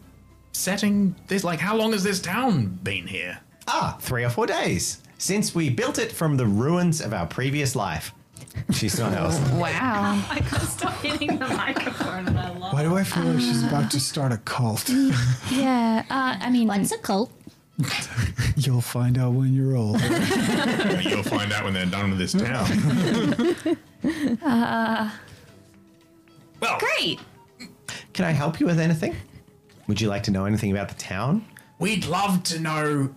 S1: setting this? Like, how long has this town been here?
S3: Ah, three or four days since we built it from the ruins of our previous life. She's not else.
S9: Wow.
S2: I can't stop hitting the microphone and I
S10: *laughs*
S2: love
S7: Why do I feel like she's about *laughs* to start a cult?
S6: Yeah, uh, I mean, what's a cult?
S7: You'll find out when you're old.
S1: You'll find out when they're done with this town.
S6: Uh,
S1: *laughs* well,
S6: great.
S3: Can I help you with anything? Would you like to know anything about the town?
S1: We'd love to know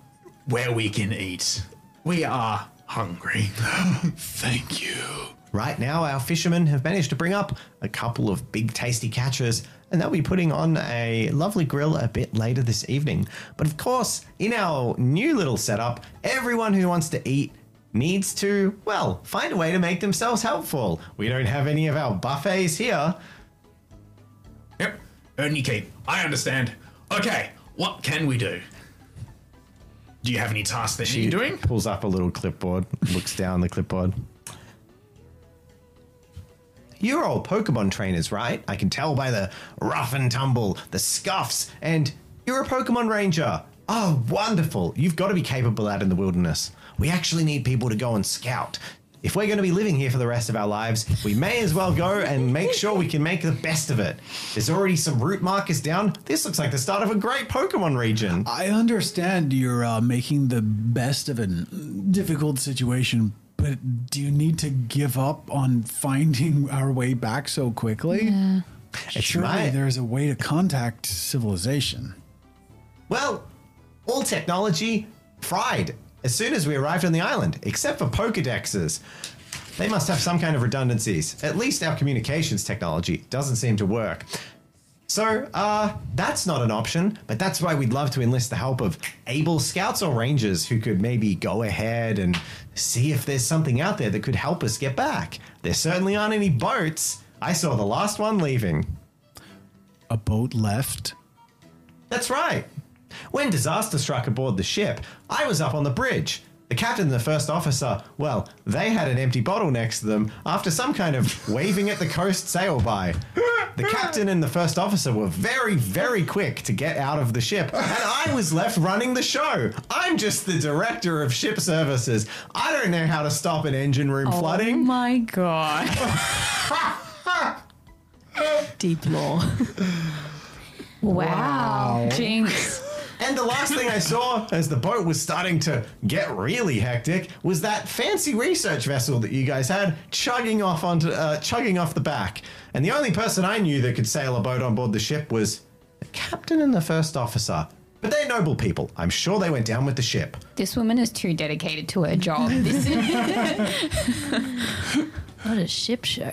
S1: where we can eat. We are hungry. *gasps* Thank you.
S3: Right now, our fishermen have managed to bring up a couple of big, tasty catches, and they'll be putting on a lovely grill a bit later this evening. But of course, in our new little setup, everyone who wants to eat needs to, well, find a way to make themselves helpful. We don't have any of our buffets here.
S1: Yep. Ernie I understand. Okay, what can we do? Do you have any tasks that
S3: She
S1: you're doing?
S3: pulls up a little clipboard, looks down the clipboard. You're all Pokemon trainers, right? I can tell by the rough and tumble, the scuffs, and you're a Pokemon Ranger. Oh, wonderful. You've got to be capable out in the wilderness. We actually need people to go and scout. If we're going to be living here for the rest of our lives, we may as well go and make sure we can make the best of it. There's already some route markers down. This looks like the start of a great Pokemon region.
S7: I understand you're uh, making the best of a difficult situation, but do you need to give up on finding *laughs* our way back so quickly?
S9: Yeah.
S7: Surely
S3: my-
S7: there's a way to contact civilization.
S3: Well, all technology fried as soon as we arrived on the island, except for Pokedexes. They must have some kind of redundancies. At least our communications technology doesn't seem to work. So, uh, that's not an option, but that's why we'd love to enlist the help of able scouts or rangers who could maybe go ahead and see if there's something out there that could help us get back. There certainly aren't any boats. I saw the last one leaving.
S7: A boat left?
S3: That's right. When disaster struck aboard the ship, I was up on the bridge. The captain and the first officer, well, they had an empty bottle next to them after some kind of waving at the coast sail by. The captain and the first officer were very, very quick to get out of the ship, and I was left running the show. I'm just the director of ship services. I don't know how to stop an engine room
S6: Oh,
S3: flooding.
S13: my
S7: *laughs*
S13: god. Deep lore.
S3: Wow.
S13: Jinx.
S3: And the last thing I saw as the boat was starting to get really hectic was that fancy research vessel that you guys had chugging off onto uh, chugging off the back. And the only person I knew that could sail a boat on board the ship was the captain and the first officer. But they're noble people. I'm sure they went down with the ship.
S9: This woman is too dedicated to her job. This is
S10: What a ship show.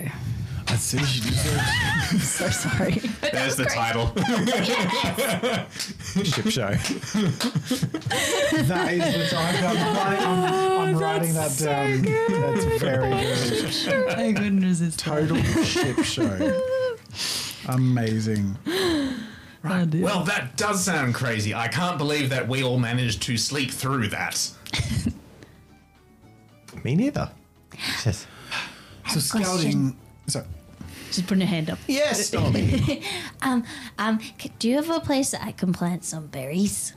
S7: I'd say she deserves.
S10: so sorry.
S1: There's the title.
S3: ship show.
S7: that is the time. I'm, writing- I'm- I'm writing that down. That's very good.
S13: I couldn't resist.
S7: *laughs* Total ship show. Amazing.
S1: Right. Well, that does sound crazy. I can't believe that we all managed to sleep through that.
S3: Me neither. Yes.
S7: So scouting. So
S10: She's putting her hand up.
S3: Yes, Stormy.
S10: um, um, c- do you have a place that I can plant some berries?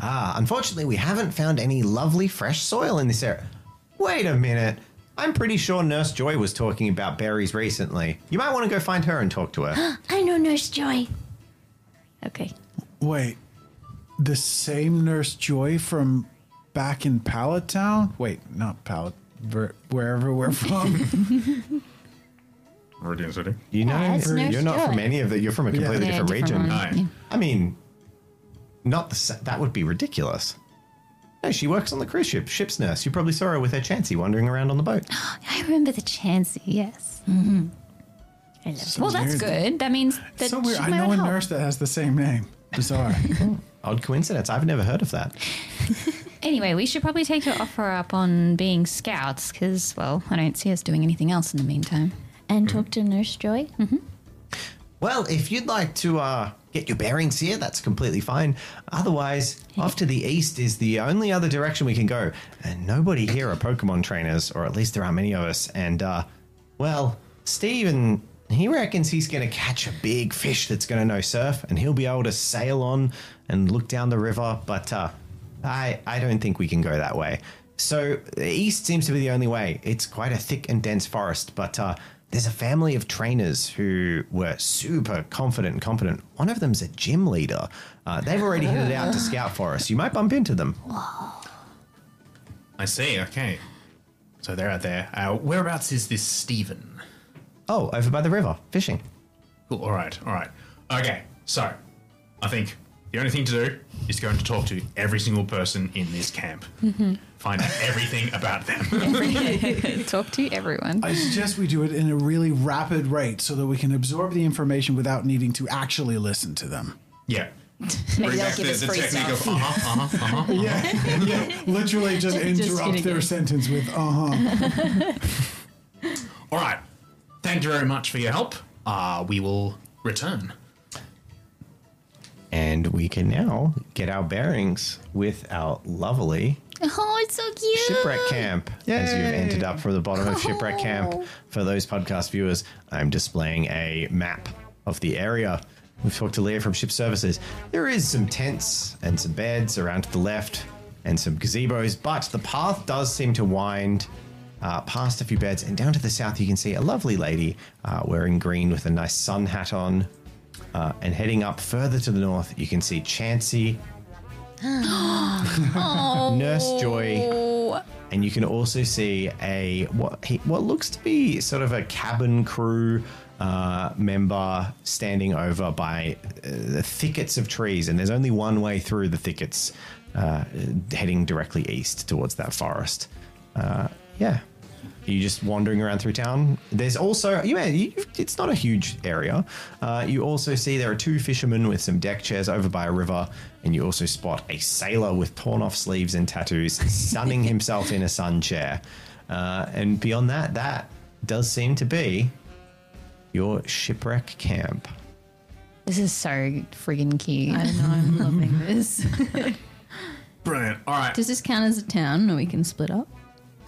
S3: Ah, unfortunately, we haven't found any lovely fresh soil in this area. Wait a minute. I'm pretty sure Nurse Joy was talking about berries recently. You might want to go find her and talk to her.
S10: I know Nurse Joy. Okay.
S7: wait, the same Nurse Joy from back in Pallet Town? Wait, not Pallet. ver- Wherever
S5: *laughs*
S7: we're from,
S1: Meridian City.
S3: *gasps* You know,
S7: Yeah, it's Nurse
S3: you're not from
S7: Joy.
S3: any of that. You're from a
S7: Yeah.
S3: completely
S7: Yeah,
S3: different,
S7: different
S3: region.
S7: one. No. Yeah.
S3: I mean, not the sa- that would be ridiculous. No, she works on the cruise ship, ship's nurse. You probably saw her with her Chansey wandering around on the boat. *gasps*
S6: I remember the Chansey, yes. Mm-hmm. I love
S7: So
S6: well, that's
S7: weird.
S6: good. That means that
S7: so weird.
S6: she
S7: I
S6: might
S7: know a
S6: help.
S7: nurse that has the same name. Bizarre.
S3: Odd coincidence. I've never heard of that.
S6: Anyway, we should probably take your offer up on being scouts because, well, I don't see us doing anything else in the meantime.
S10: And talk to Nurse Joy? Mm-hmm.
S3: Well, if you'd like to uh, get your bearings here, that's completely fine. Otherwise, off to the east is the only other direction we can go. And nobody here are Pokemon trainers, or at least there aren't many of us. And, uh, well, Steve and He reckons he's going to catch a big fish that's going to know surf, and he'll be able to sail on and look down the river. But uh, I, I don't think we can go that way. So the east seems to be the only way. It's quite a thick and dense forest, but uh, there's a family of trainers who were super confident and competent. One of them's a gym leader. Uh, they've already headed out to scout for us. You might bump into them.
S1: I see. Okay. So they're out there. Uh, whereabouts is this Stephen?
S3: Oh, over by the river, fishing.
S1: Cool. All right. All right. Okay. So, I think the only thing to do is going to talk to every single person in this camp.
S7: Mm-hmm.
S1: Find
S7: *laughs*
S1: out everything about them. *laughs*
S9: Talk to everyone.
S7: I suggest we do it in a really rapid rate so that we can absorb the information without needing to actually listen to them.
S1: yeah.
S7: Maybe
S1: Bring
S7: they'll
S1: back
S7: give
S1: the,
S7: us
S1: the
S7: free
S1: technique
S7: stuff.
S1: of uh huh, uh huh, *laughs* uh huh.
S7: Yeah, yeah. *laughs*
S5: *laughs*
S7: Literally *laughs* just
S1: Just
S7: interrupt
S1: kidding.
S7: their sentence with uh huh.
S1: All right. Thank you very much for your help. Uh, we will return.
S3: And we can now get our bearings with our lovely
S6: Oh, it's so cute.
S3: Shipwreck Camp. As you've ended up from the bottom of Shipwreck Camp, for those podcast viewers, I'm displaying a map of the area. We've talked to Leah from Ship Services. There is some tents and some beds around to the left and some gazebos, but the path does seem to wind uh, past a few beds and down to the south. You can see a lovely lady uh, wearing green with a nice sun hat on. Uh, and heading up further to the north, you can see Chansey,
S6: oh.
S3: Nurse Joy, and you can also see a what he, what looks to be sort of a cabin crew uh, member standing over by uh, the thickets of trees, and there's only one way through the thickets, uh, heading directly east towards that forest. Uh, yeah. Are you just wandering around through town? There's also, you man, you, it's not a huge area. Uh, you also see there are two fishermen with some deck chairs over by a river, and you also spot a sailor with torn off sleeves and tattoos
S4: *laughs*
S3: sunning himself in a sun chair. Uh, and beyond that, that does seem to be your shipwreck camp.
S9: This is so friggin' cute.
S4: I
S10: *laughs*
S4: know, I'm loving this.
S1: Brilliant. All right.
S4: Does this count as a town and we can split up?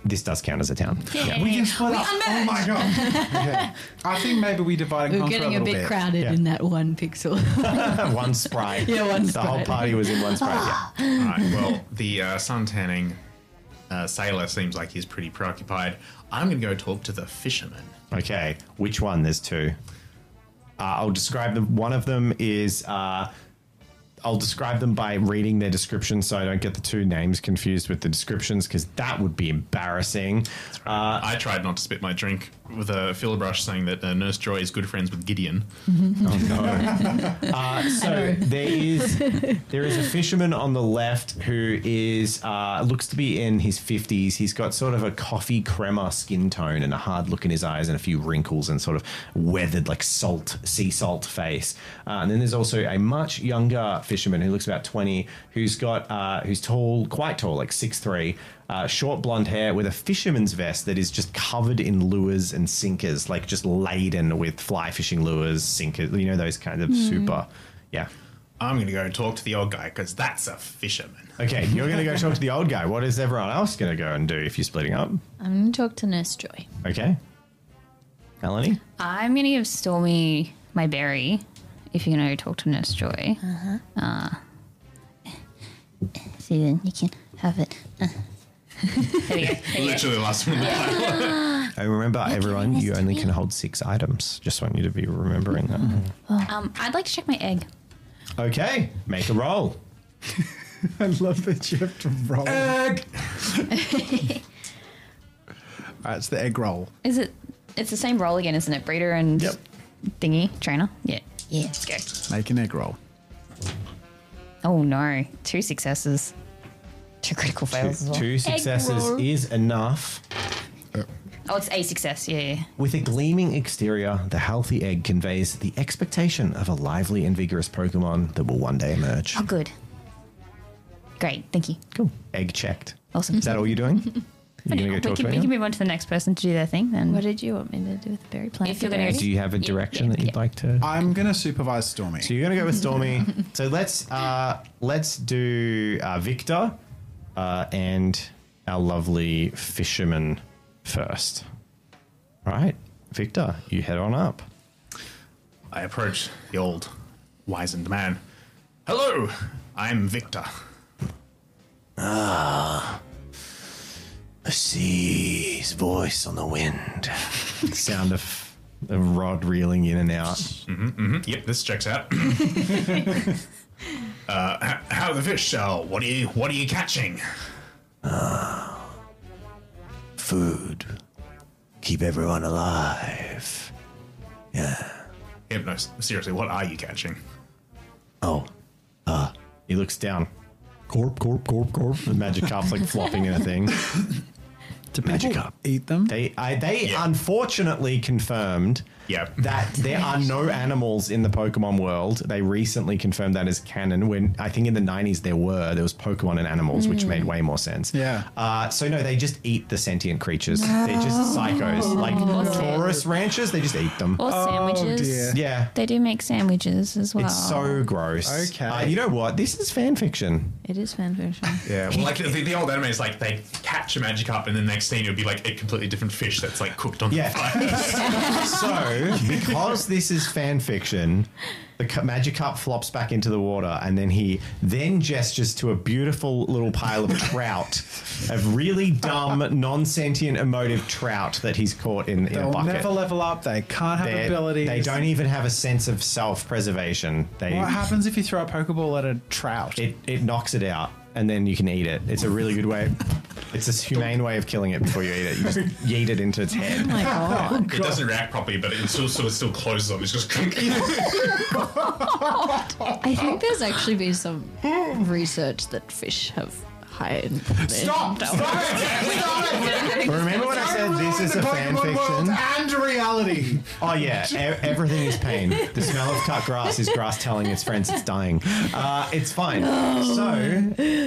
S3: This does count as a town.
S4: Yeah.
S7: We can split
S4: We
S7: up. Oh
S14: *laughs*
S7: my god. Okay. I think maybe we divide and
S4: We're
S7: conquer
S4: getting a,
S7: little
S4: bit, crowded
S7: Yeah.
S4: in that one pixel.
S3: *laughs*
S4: *laughs*
S3: one sprite.
S4: Yeah, one
S3: The whole
S4: sprite.
S3: party was in one sprite.
S4: *laughs*
S3: Yeah.
S1: All right. Well, the uh, sun tanning uh, sailor seems like he's pretty preoccupied. I'm going to go talk to the fisherman.
S3: Okay, which one? There's two. Uh, I'll describe them. One of them is. Uh, I'll describe them by reading their description so I don't get the two names confused with the descriptions because that would be embarrassing.
S1: I tried not to spit my drink with a filler brush, saying that uh, Nurse Joy is good friends with Gideon.
S3: Oh no! uh, so there is there is a fisherman on the left who is uh, looks to be in his fifties. He's got sort of a coffee crema skin tone and a hard look in his eyes and a few wrinkles and sort of weathered like salt sea salt face. Uh, and then there's also a much younger fisherman who looks about twenty, who's got uh, who's tall, quite tall, like six three. Uh, short blonde hair with a fisherman's vest that is just covered in lures and sinkers, like just laden with fly fishing lures, sinkers, you know, those kind of
S1: Mm.
S3: super. Yeah.
S1: I'm going to go and talk to the old guy because that's a fisherman.
S3: Okay, you're going to go talk to the old guy. What is everyone else going to go and do if you're splitting up?
S4: I'm going to talk to Nurse Joy.
S3: Okay. Melanie?
S9: I'm gonna give Stormy my berry, if you're gonna talk to Nurse Joy. Uh-huh. Uh See then you can have it.
S1: Literally last one.
S3: I remember, everyone, you only can hold six items. Just want you to be remembering that.
S6: Um, I'd like to check my egg.
S3: Mm-hmm. Okay, make a roll.
S7: I love that you have to roll. *laughs* Egg. Alright, it's the egg roll.
S9: Is it it's the same role again, isn't it? Breeder and thingy, trainer? Yeah. Yeah, let's go.
S7: Make an egg roll.
S9: Oh no. Two successes. Two critical fails as well.
S3: Two successes is enough.
S9: Oh, it's a success, yeah, yeah.
S3: With a gleaming exterior, the healthy egg conveys the expectation of a lively and vigorous Pokemon that will one day emerge.
S9: Oh good. Great, thank you.
S3: Cool. Egg checked.
S9: Awesome.
S3: Is that all
S9: *laughs*
S3: you're doing? You're going to go
S9: we can,
S3: talk to
S9: we can
S3: anyone?
S9: move on to the next person to do their thing then.
S4: What did you want me to do with the berry plant?
S9: If you're gonna
S3: Do you have a direction that you'd like to?
S7: I'm gonna supervise Stormy. So
S3: you're gonna go with Stormy. so let's uh, let's do uh, Victor uh, and our lovely fisherman first. All right, Victor, you head on up.
S1: I approach the old, wizened man. Hello, I'm Victor.
S15: Ah. I see his voice on the wind.
S3: *laughs* Sound of a rod reeling in and out.
S1: Mm-hmm, mm-hmm. Yep, this checks out. *laughs* uh, h- how are the fish? Uh, what are you? What are you catching?
S15: Ah, Food. Keep everyone alive. Yeah.
S1: Hypnos. Seriously, what are you catching?
S3: Oh. Uh. He looks down. Corp, corp, corp, corp. The magic carp's like flopping in a thing.
S7: Do
S3: magic carp.
S7: Eat them.
S3: They, I, they unfortunately confirmed that there are no animals in the Pokemon world. They recently confirmed that as canon. When I think in the 90s there were, there was Pokemon and animals, which
S7: Mm.
S3: made way more sense.
S7: Yeah.
S3: Uh, so no, they just eat the sentient creatures. They're just psychos. Like tourist ranchers, they just eat them.
S6: Or sandwiches.
S3: Yeah.
S6: They do make sandwiches as well.
S3: Oh, It's so gross.
S6: Okay.
S3: Uh, you know what? This is fan fiction.
S6: It is fanfiction.
S1: Yeah, well, like the, the old anime is like they catch a Magikarp, and the next thing it'll be like a completely different fish that's like cooked on
S3: Yeah.
S15: *laughs*
S1: fire.
S3: so, because this is fan fiction, the cu- Magikarp flops back into the water, and then he then gestures to a beautiful little pile of trout, of really dumb, non-sentient, emotive trout that he's caught in, in a
S5: They'll
S3: bucket.
S5: never level up. They can't have
S3: They're-
S5: abilities.
S3: They don't even have a sense of self-preservation. They
S5: What happens if you throw a Pokeball at a trout?
S3: it it knocks it out, and then you can eat it. It's a really good way. It's a humane way of killing it before you eat it.
S5: *laughs*
S3: You just yeet it into its head.
S1: Yeah. It doesn't react properly, but it still sort of still closes
S15: *laughs*
S1: on. It's just *laughs*
S4: I think there's actually been some research that fish have high in
S14: Stop!
S4: their-
S14: Stop it! Stop it!
S3: Remember when I said this is a
S14: Don't ruin
S3: fan
S14: the Pokemon world
S3: fiction?
S14: and
S7: *laughs*
S14: reality.
S3: Oh yeah, e- everything is pain. The smell of cut grass is grass telling its friends it's dying. Uh, it's fine. So,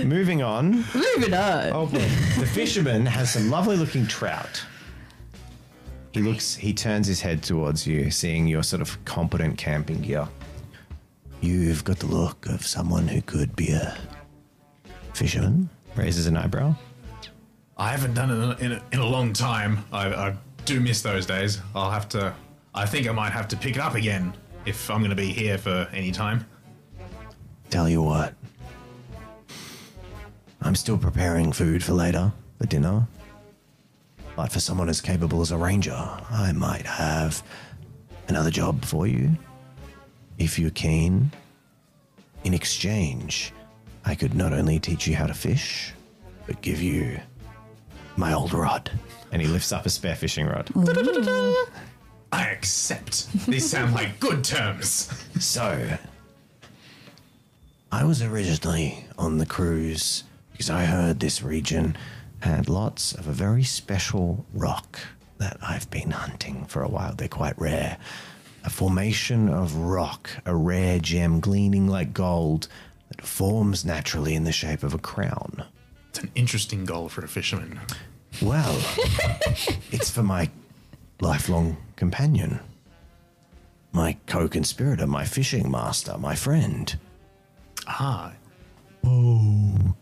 S3: moving on.
S4: Moving on.
S3: Oh boy, the fisherman has some lovely looking trout. He looks. He turns his head towards you, seeing your sort of competent camping gear.
S15: You've got the look of someone who could be a fisherman.
S3: Raises an eyebrow.
S1: I haven't done it in a, in a long time. I, I do miss those days. I'll have to. I think I might have to pick it up again if I'm going to be here for any *laughs* time.
S15: Tell you what. I'm still preparing food for later, for dinner. But for someone as capable as a ranger, I might have another job for you. If you're keen, in exchange, I could not only teach you how to fish, but give you my old rod.
S3: And he lifts up a spare fishing rod.
S1: I accept. These sound like good terms.
S15: So, I was originally on the cruise because I heard this region had lots of a very special rock that I've been hunting for a while. They're quite rare. A formation of rock, a rare gem gleaming like gold that forms naturally in the shape of a crown.
S1: It's an interesting goal for a fisherman.
S15: Well, it's for my lifelong companion, my co conspirator, my fishing master, my friend.
S1: Ah.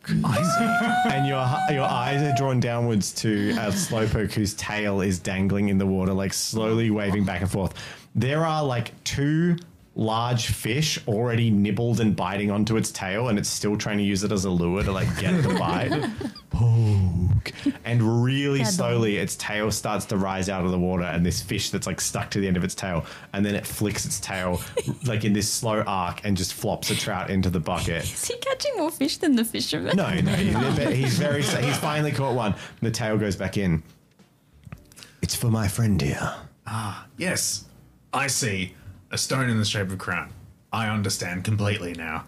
S3: and your your eyes are drawn downwards to a slowpoke whose tail is dangling in the water, like slowly waving back and forth. There are like two large fish already nibbled and biting onto its tail, and it's still trying to use it as a lure to like get the bite. Poke. And really slowly, its tail starts to rise out of the water, and this fish that's like stuck to the end of its tail, and then it flicks its tail *laughs* like in this slow arc and just flops a trout into the bucket.
S6: Is he catching more fish than the fisherman?
S3: No, no, he- he's very. He's finally caught one. The tail goes back in.
S15: It's for my friend here.
S1: Ah, yes. I see. A stone in the shape of a crown. I understand completely now.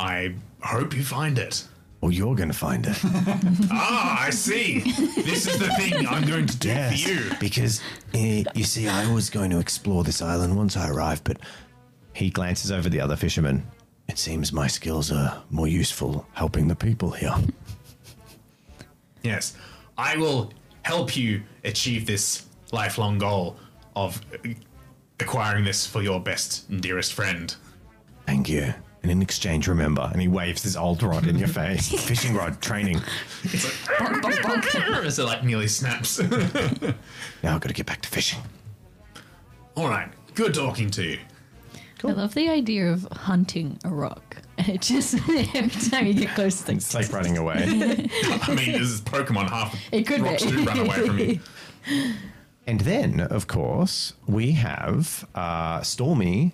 S1: I hope you find it.
S15: Well, you're going to find it.
S1: ah, I *laughs* see. This is the thing I'm going to do
S15: Yes,
S1: for you.
S15: because eh, you see, I was going to explore this island once I arrived, but
S3: he glances over the other fisherman.
S15: It seems my skills are more useful helping the people here.
S1: Yes, I will help you achieve this lifelong goal of uh, acquiring this for your best and dearest friend.
S15: Thank you.
S3: And in exchange, remember, and he waves his old rod in your face. Fishing rod training.
S1: *laughs* As it like nearly snaps. *laughs*
S15: Now I've got to get back to fishing.
S1: All right, good talking to you.
S4: I love the idea of hunting a rock. It just *laughs* every time you get close, to
S3: It's like running away.
S1: I mean, this is Pokemon half.
S4: It could be.
S1: rocks do run away from
S4: *laughs*
S1: you.
S3: And then, of course, we have uh, Stormy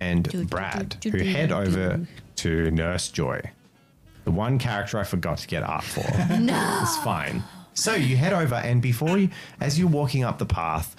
S3: and Brad who head over to Nurse Joy. The one character I forgot to get up for.
S4: *laughs* No.
S3: It's fine. So you head over, and before you, as you're walking up the path,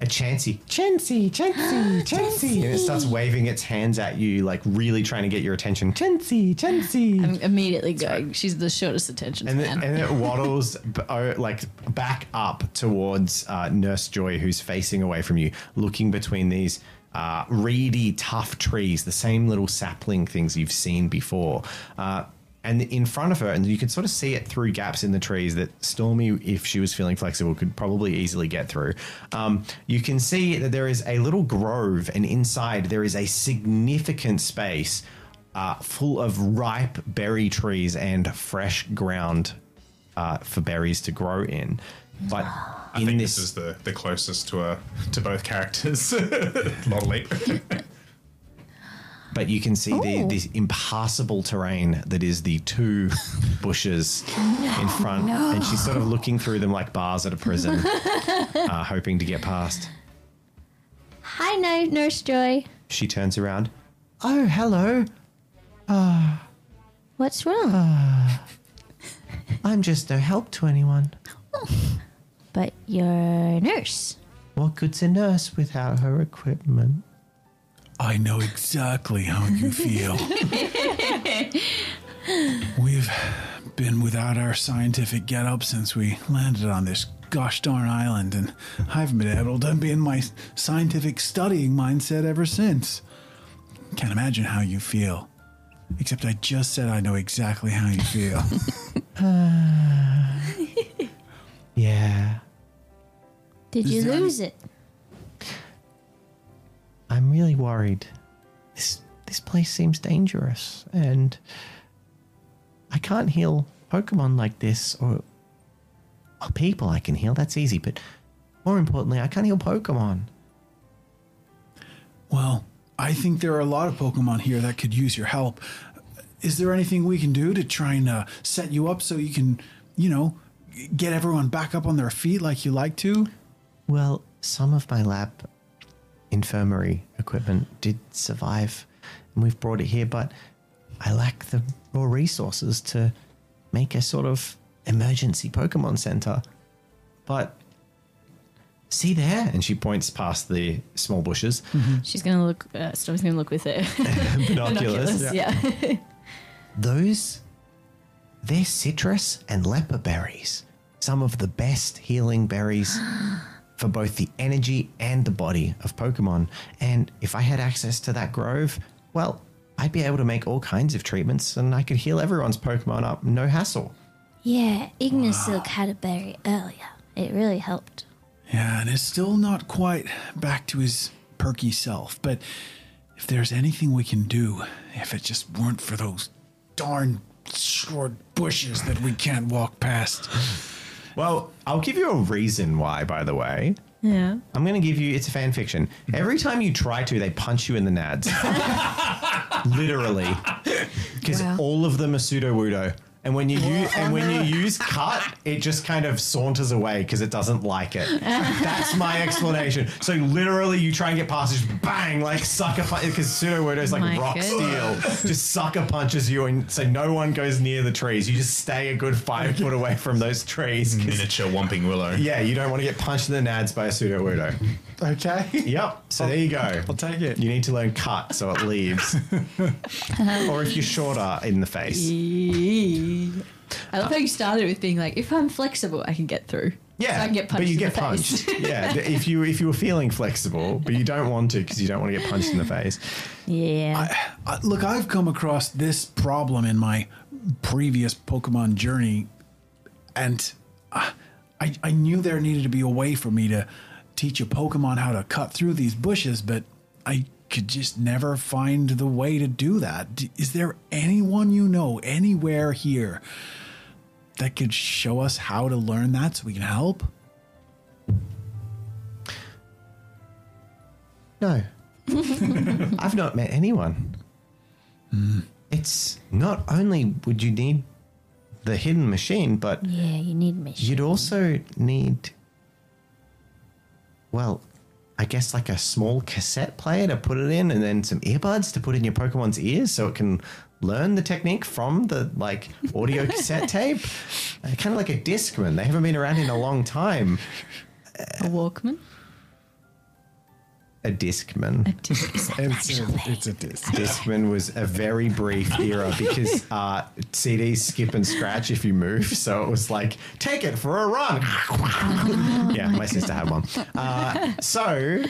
S3: a Chansey, Chansey,
S4: *gasps*
S3: Chansey, Chansey, and it starts waving its hands at you, like really trying to get your attention. Chansey, Chansey.
S4: I'm immediately going. She's the shortest
S3: *laughs*
S4: attention
S3: And,
S4: span.
S3: then, and it waddles b- oh, like back up towards uh, Nurse Joy, who's facing away from you, looking between these uh, reedy, tough trees, the same little sapling things you've seen before. Uh, and in front of her, and you can sort of see it through gaps in the trees that Stormy, if she was feeling flexible, could probably easily get through. Um, you can see that there is a little grove, and inside there is a significant space uh, full of ripe berry trees and fresh ground uh, for berries to grow in. But
S1: Ah. I think this, is the, the closest to a, to both characters. *laughs* Model leap.
S3: but you can see the,
S1: Ooh.
S3: this impassable terrain that is the
S1: *laughs*
S3: two bushes in front,
S4: No.
S3: and she's sort of looking through them like bars at a
S1: *laughs*
S3: prison, uh, hoping to get past.
S6: Hi, Nu- Nurse Joy.
S3: She turns around.
S6: Oh, hello.
S16: Uh,
S6: What's wrong?
S3: Uh.
S16: I'm just no help to anyone.
S6: But you're a nurse.
S16: What good's a nurse without her equipment?
S5: I know exactly how you feel. We've been without our scientific getup since we landed on this gosh darn island, and I've been able to be in my scientific studying mindset ever since. Can't imagine how you feel. Except I just said I know exactly how you feel.
S16: yeah.
S6: Did you lose it?
S16: I'm really worried. This this place seems dangerous, and I can't heal Pokemon like this, or well, people I can heal. That's easy, but more importantly, I can't heal Pokemon.
S5: Well, I think there are a lot of Pokemon here that could use your help. Is there anything we can do to try and uh, set you up so you can, you know, get everyone back up on their feet like you like to?
S16: Well, some of my lab infirmary equipment did survive, and we've brought it here, but I lack the raw resources to make a sort of emergency Pokemon center. But
S3: See there? And she points past the small bushes.
S4: She's gonna look. Uh, Storm's gonna look with her *laughs*
S3: Binoculars,
S4: Yeah.
S3: yeah.
S16: Those, they're citrus and leper berries, some of the best healing berries for both the energy and the body of Pokemon. And if I had access to that grove, well, I'd be able to make all kinds of treatments and I could heal everyone's Pokemon up, no hassle.
S6: Yeah, Ignasilk had a berry earlier. It really helped.
S5: Yeah, and it's still not quite back to his perky self, but if there's anything we can do, if it just weren't for those darn short bushes that we can't walk past.
S3: Well, I'll give you a reason why, by the way.
S4: Yeah.
S3: I'm going to give you, it's a fan fiction. Every time you try to, they punch you in
S16: *laughs*
S3: the nads. Literally. Because all of them are pseudo wudo. And when you use, and when you use cut, it just kind of saunters away because it doesn't like
S16: *laughs*
S3: it. That's my explanation. So literally, you try and get past, just bang, like sucker punch because pseudo wudo is like
S16: My
S3: rock
S16: goodness.
S3: steel. Just sucker punches you, and so no one goes near the trees. You just stay a good five foot away from those trees.
S4: Mm.
S1: Miniature Whomping Willow.
S3: Yeah, you don't want to get punched in the nads by a pseudo wudo.
S7: Okay.
S3: Yep. So there you go. I'll
S7: take it.
S3: You need to learn cut so it
S4: *laughs*
S3: leaves. or if you're shorter in the face.
S4: I love how you started with being like, if I'm flexible, I can get through.
S3: Yeah,
S4: so I can get punched.
S3: but you
S4: in
S3: get
S4: the face.
S3: punched. yeah, th- if you if you were feeling flexible, but you don't want to because you don't want to get punched in the face.
S6: Yeah.
S5: I, look, I've come across this problem in my previous Pokemon journey, and uh, I, I knew there needed to be a way for me to teach a Pokemon how to cut through these bushes, but I could just never find the way to do that. D- Is there anyone you know anywhere here that could show us how to learn that so we can help?
S16: No.
S3: I've not met anyone. It's not only would you need the hidden machine, but
S6: Yeah, you need me.
S3: you'd also need, well, I guess like a small cassette player to put it in, and then some earbuds to put in your Pokemon's ears so it can learn the technique from the like audio cassette tape. Uh, kind of like a Discman. They haven't been around in a long time.
S4: *laughs* A Walkman.
S3: A Discman. A
S4: Discman.
S3: it's, a, it's a disc. Discman was a very brief era because uh, CDs skip and scratch if you move. So it was like, take it for a run. yeah, my sister had one. Uh, so,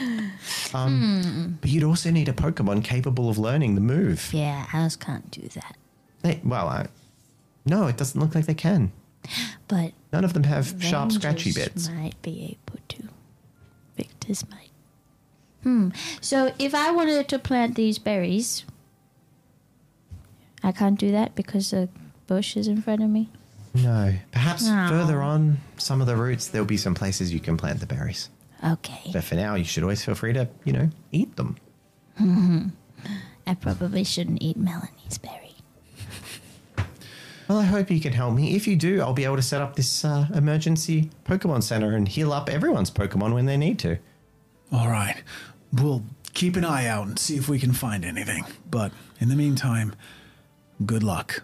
S3: um, but you'd also need a Pokemon capable of learning the move.
S6: Yeah, ours can't do that.
S3: They, well, I, no, it doesn't look like they can.
S6: But
S3: None of them have sharp, scratchy
S6: Rangers
S3: bits.
S6: Might be able to. Victor's might. Hmm. So if I wanted to plant these berries, I can't do that because the bush is in front of me.
S3: No. Perhaps
S6: No.
S3: further on, some of the routes, there'll be some places you can plant the berries.
S6: Okay.
S3: But for now, you should always feel free to, you know, eat them.
S6: Hmm. I probably shouldn't eat Melanie's berry.
S3: Well, I hope you can help me. If you do, I'll be able to set up this uh, emergency Pokemon Center and heal up everyone's Pokemon when they need to.
S5: All right. We'll keep an eye out and see if we can find anything. But in the meantime, good luck.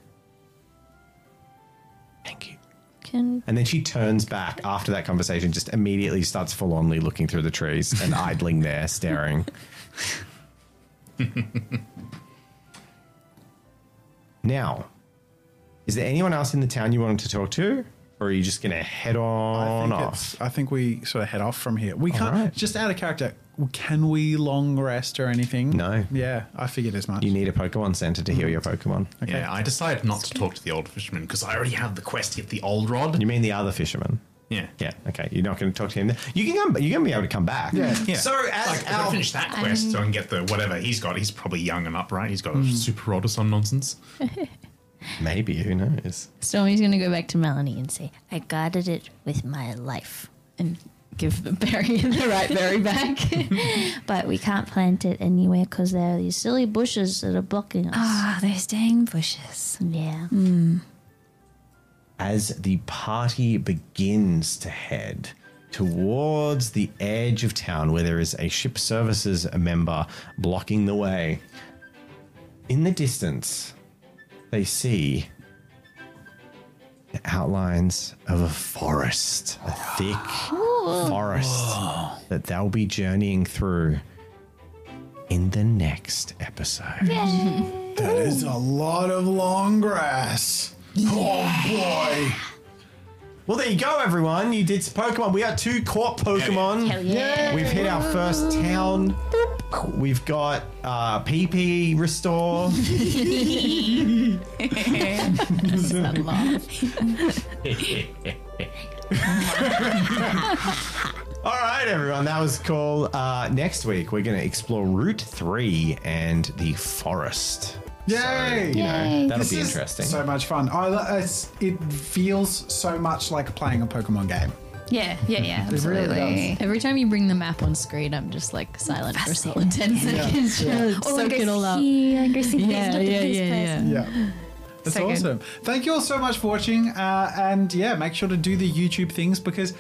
S6: Can
S3: And then she turns back after that conversation, just immediately starts full only looking through the trees and idling there, staring. now, is there anyone else in the town you wanted to talk to? Or are you just going to head on
S7: I think,
S3: off?
S7: it's- I think we sort of head off from here. We
S3: All
S7: can't
S3: right.
S7: just out of character. Can we long rest or anything?
S3: No.
S7: Yeah, I figured as much.
S3: You need a Pokemon Center to heal your Pokemon.
S1: Yeah, I decided not to talk to the old fisherman because I already have the quest to get the old rod.
S3: You mean the other fisherman?
S1: Yeah.
S3: Yeah. Okay. You're not going to talk to him. then? You can come. You're going to be able to come back. So as
S1: like, I
S3: our-
S1: gotta finish that quest, so I can get the whatever he's got. He's probably young and upright. He's got a super rod or some nonsense.
S3: Maybe who knows?
S6: Stormy's gonna go back to Melanie and say, "I guarded it with my life," and give the berry *laughs* the right berry back. but we can't plant it anywhere because there are these silly bushes that are blocking us.
S8: Ah, those dang bushes.
S6: Yeah.
S3: as the party begins to head towards the edge of town where there is a ship services member blocking the way. In the distance, they see the outlines of a forest, a thick forest that they'll be journeying through in the next episode.
S5: That is a lot of long grass. Oh boy.
S3: Well, there you go, everyone. You did some Pokemon. We got two caught Pokemon.
S5: Hell yeah.
S3: We've hit our first town. We've got uh, PP Restore. All right, everyone, that was cool. Uh, next week, we're going to explore Route 3 and the forest.
S7: Yay!
S3: So, you know, Yay. that'll be interesting.
S7: So much fun. I, lo- it's, it feels so much like playing a Pokemon game.
S4: Yeah, yeah, yeah.
S7: It really
S4: Absolutely.
S7: does.
S4: Every time you bring the map on screen, I'm just like silent for a solid ten seconds. *laughs* Just soak it all up. yeah, yeah, yeah, yeah.
S7: Yeah. *laughs* That's
S4: So good.
S7: awesome. Thank you all so much for watching. Uh, and yeah, make sure to do the YouTube things because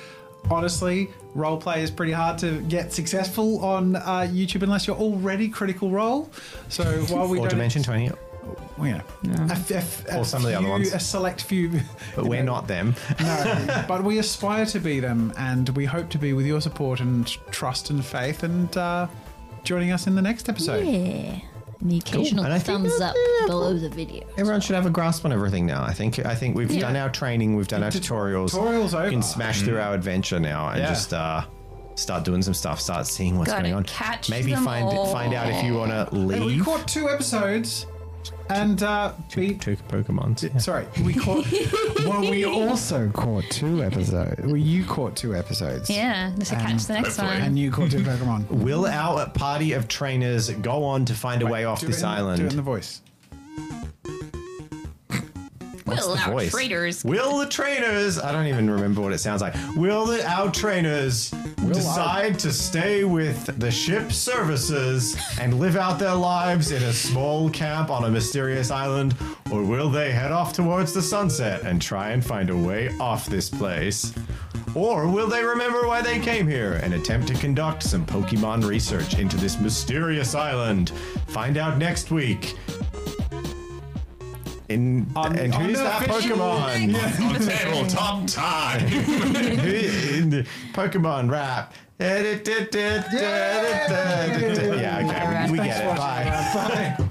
S7: honestly, roleplay is pretty hard to get successful on uh, YouTube unless you're already critical role. So while we
S3: or
S7: don't.
S3: Dimension 20.
S7: Well, yeah. A f- a f- a
S3: Or some of the other
S7: few-
S3: ones.
S7: A select few. *laughs*
S3: But we're not them.
S7: No, but we aspire to be them, and we hope to be with your support and trust and faith, and uh, joining us in the next episode.
S6: Yeah. And the
S3: Cool.
S6: occasional
S3: And I think-
S6: thumbs up below the video.
S3: Everyone should have a grasp on everything now. I think I think we've
S6: Yeah.
S3: done our training, we've done our tutorials.
S7: tutorial's
S3: We
S7: over.
S3: can smash through our adventure now and
S7: Yeah.
S3: just uh, start doing some stuff, start seeing what's
S7: Gotta
S3: going on.
S7: catch
S3: Maybe
S7: them
S3: find
S7: all.
S3: find out if you want to
S7: Hey, we
S3: leave.
S7: caught two episodes, and uh, we
S3: two Pokemon.
S7: Sorry, we caught. well, we also caught two episodes. Well, you caught two episodes.
S8: Yeah, let's catch the next one.
S7: And you caught two Pokemon.
S3: Will our party of trainers go on to find a way off
S7: do it
S3: this
S7: in- do it
S3: island?
S7: in the voice.
S3: What's
S6: Will
S3: the
S6: our
S3: voice?
S6: trainers-
S3: Will the trainers? I don't even remember what it sounds like. Will the our trainers decide to stay with the ship services and live out their lives in a small camp on a mysterious island, or will they head off towards the sunset and try and find a way off this place? Or will they remember why they came here and attempt to conduct some Pokemon research into this mysterious island? Find out next week. In, and who's that
S1: unofficial
S3: Pokemon?
S1: On tabletop time.
S3: In the Pokemon rap. Yeah, okay, we- we get it. Bye.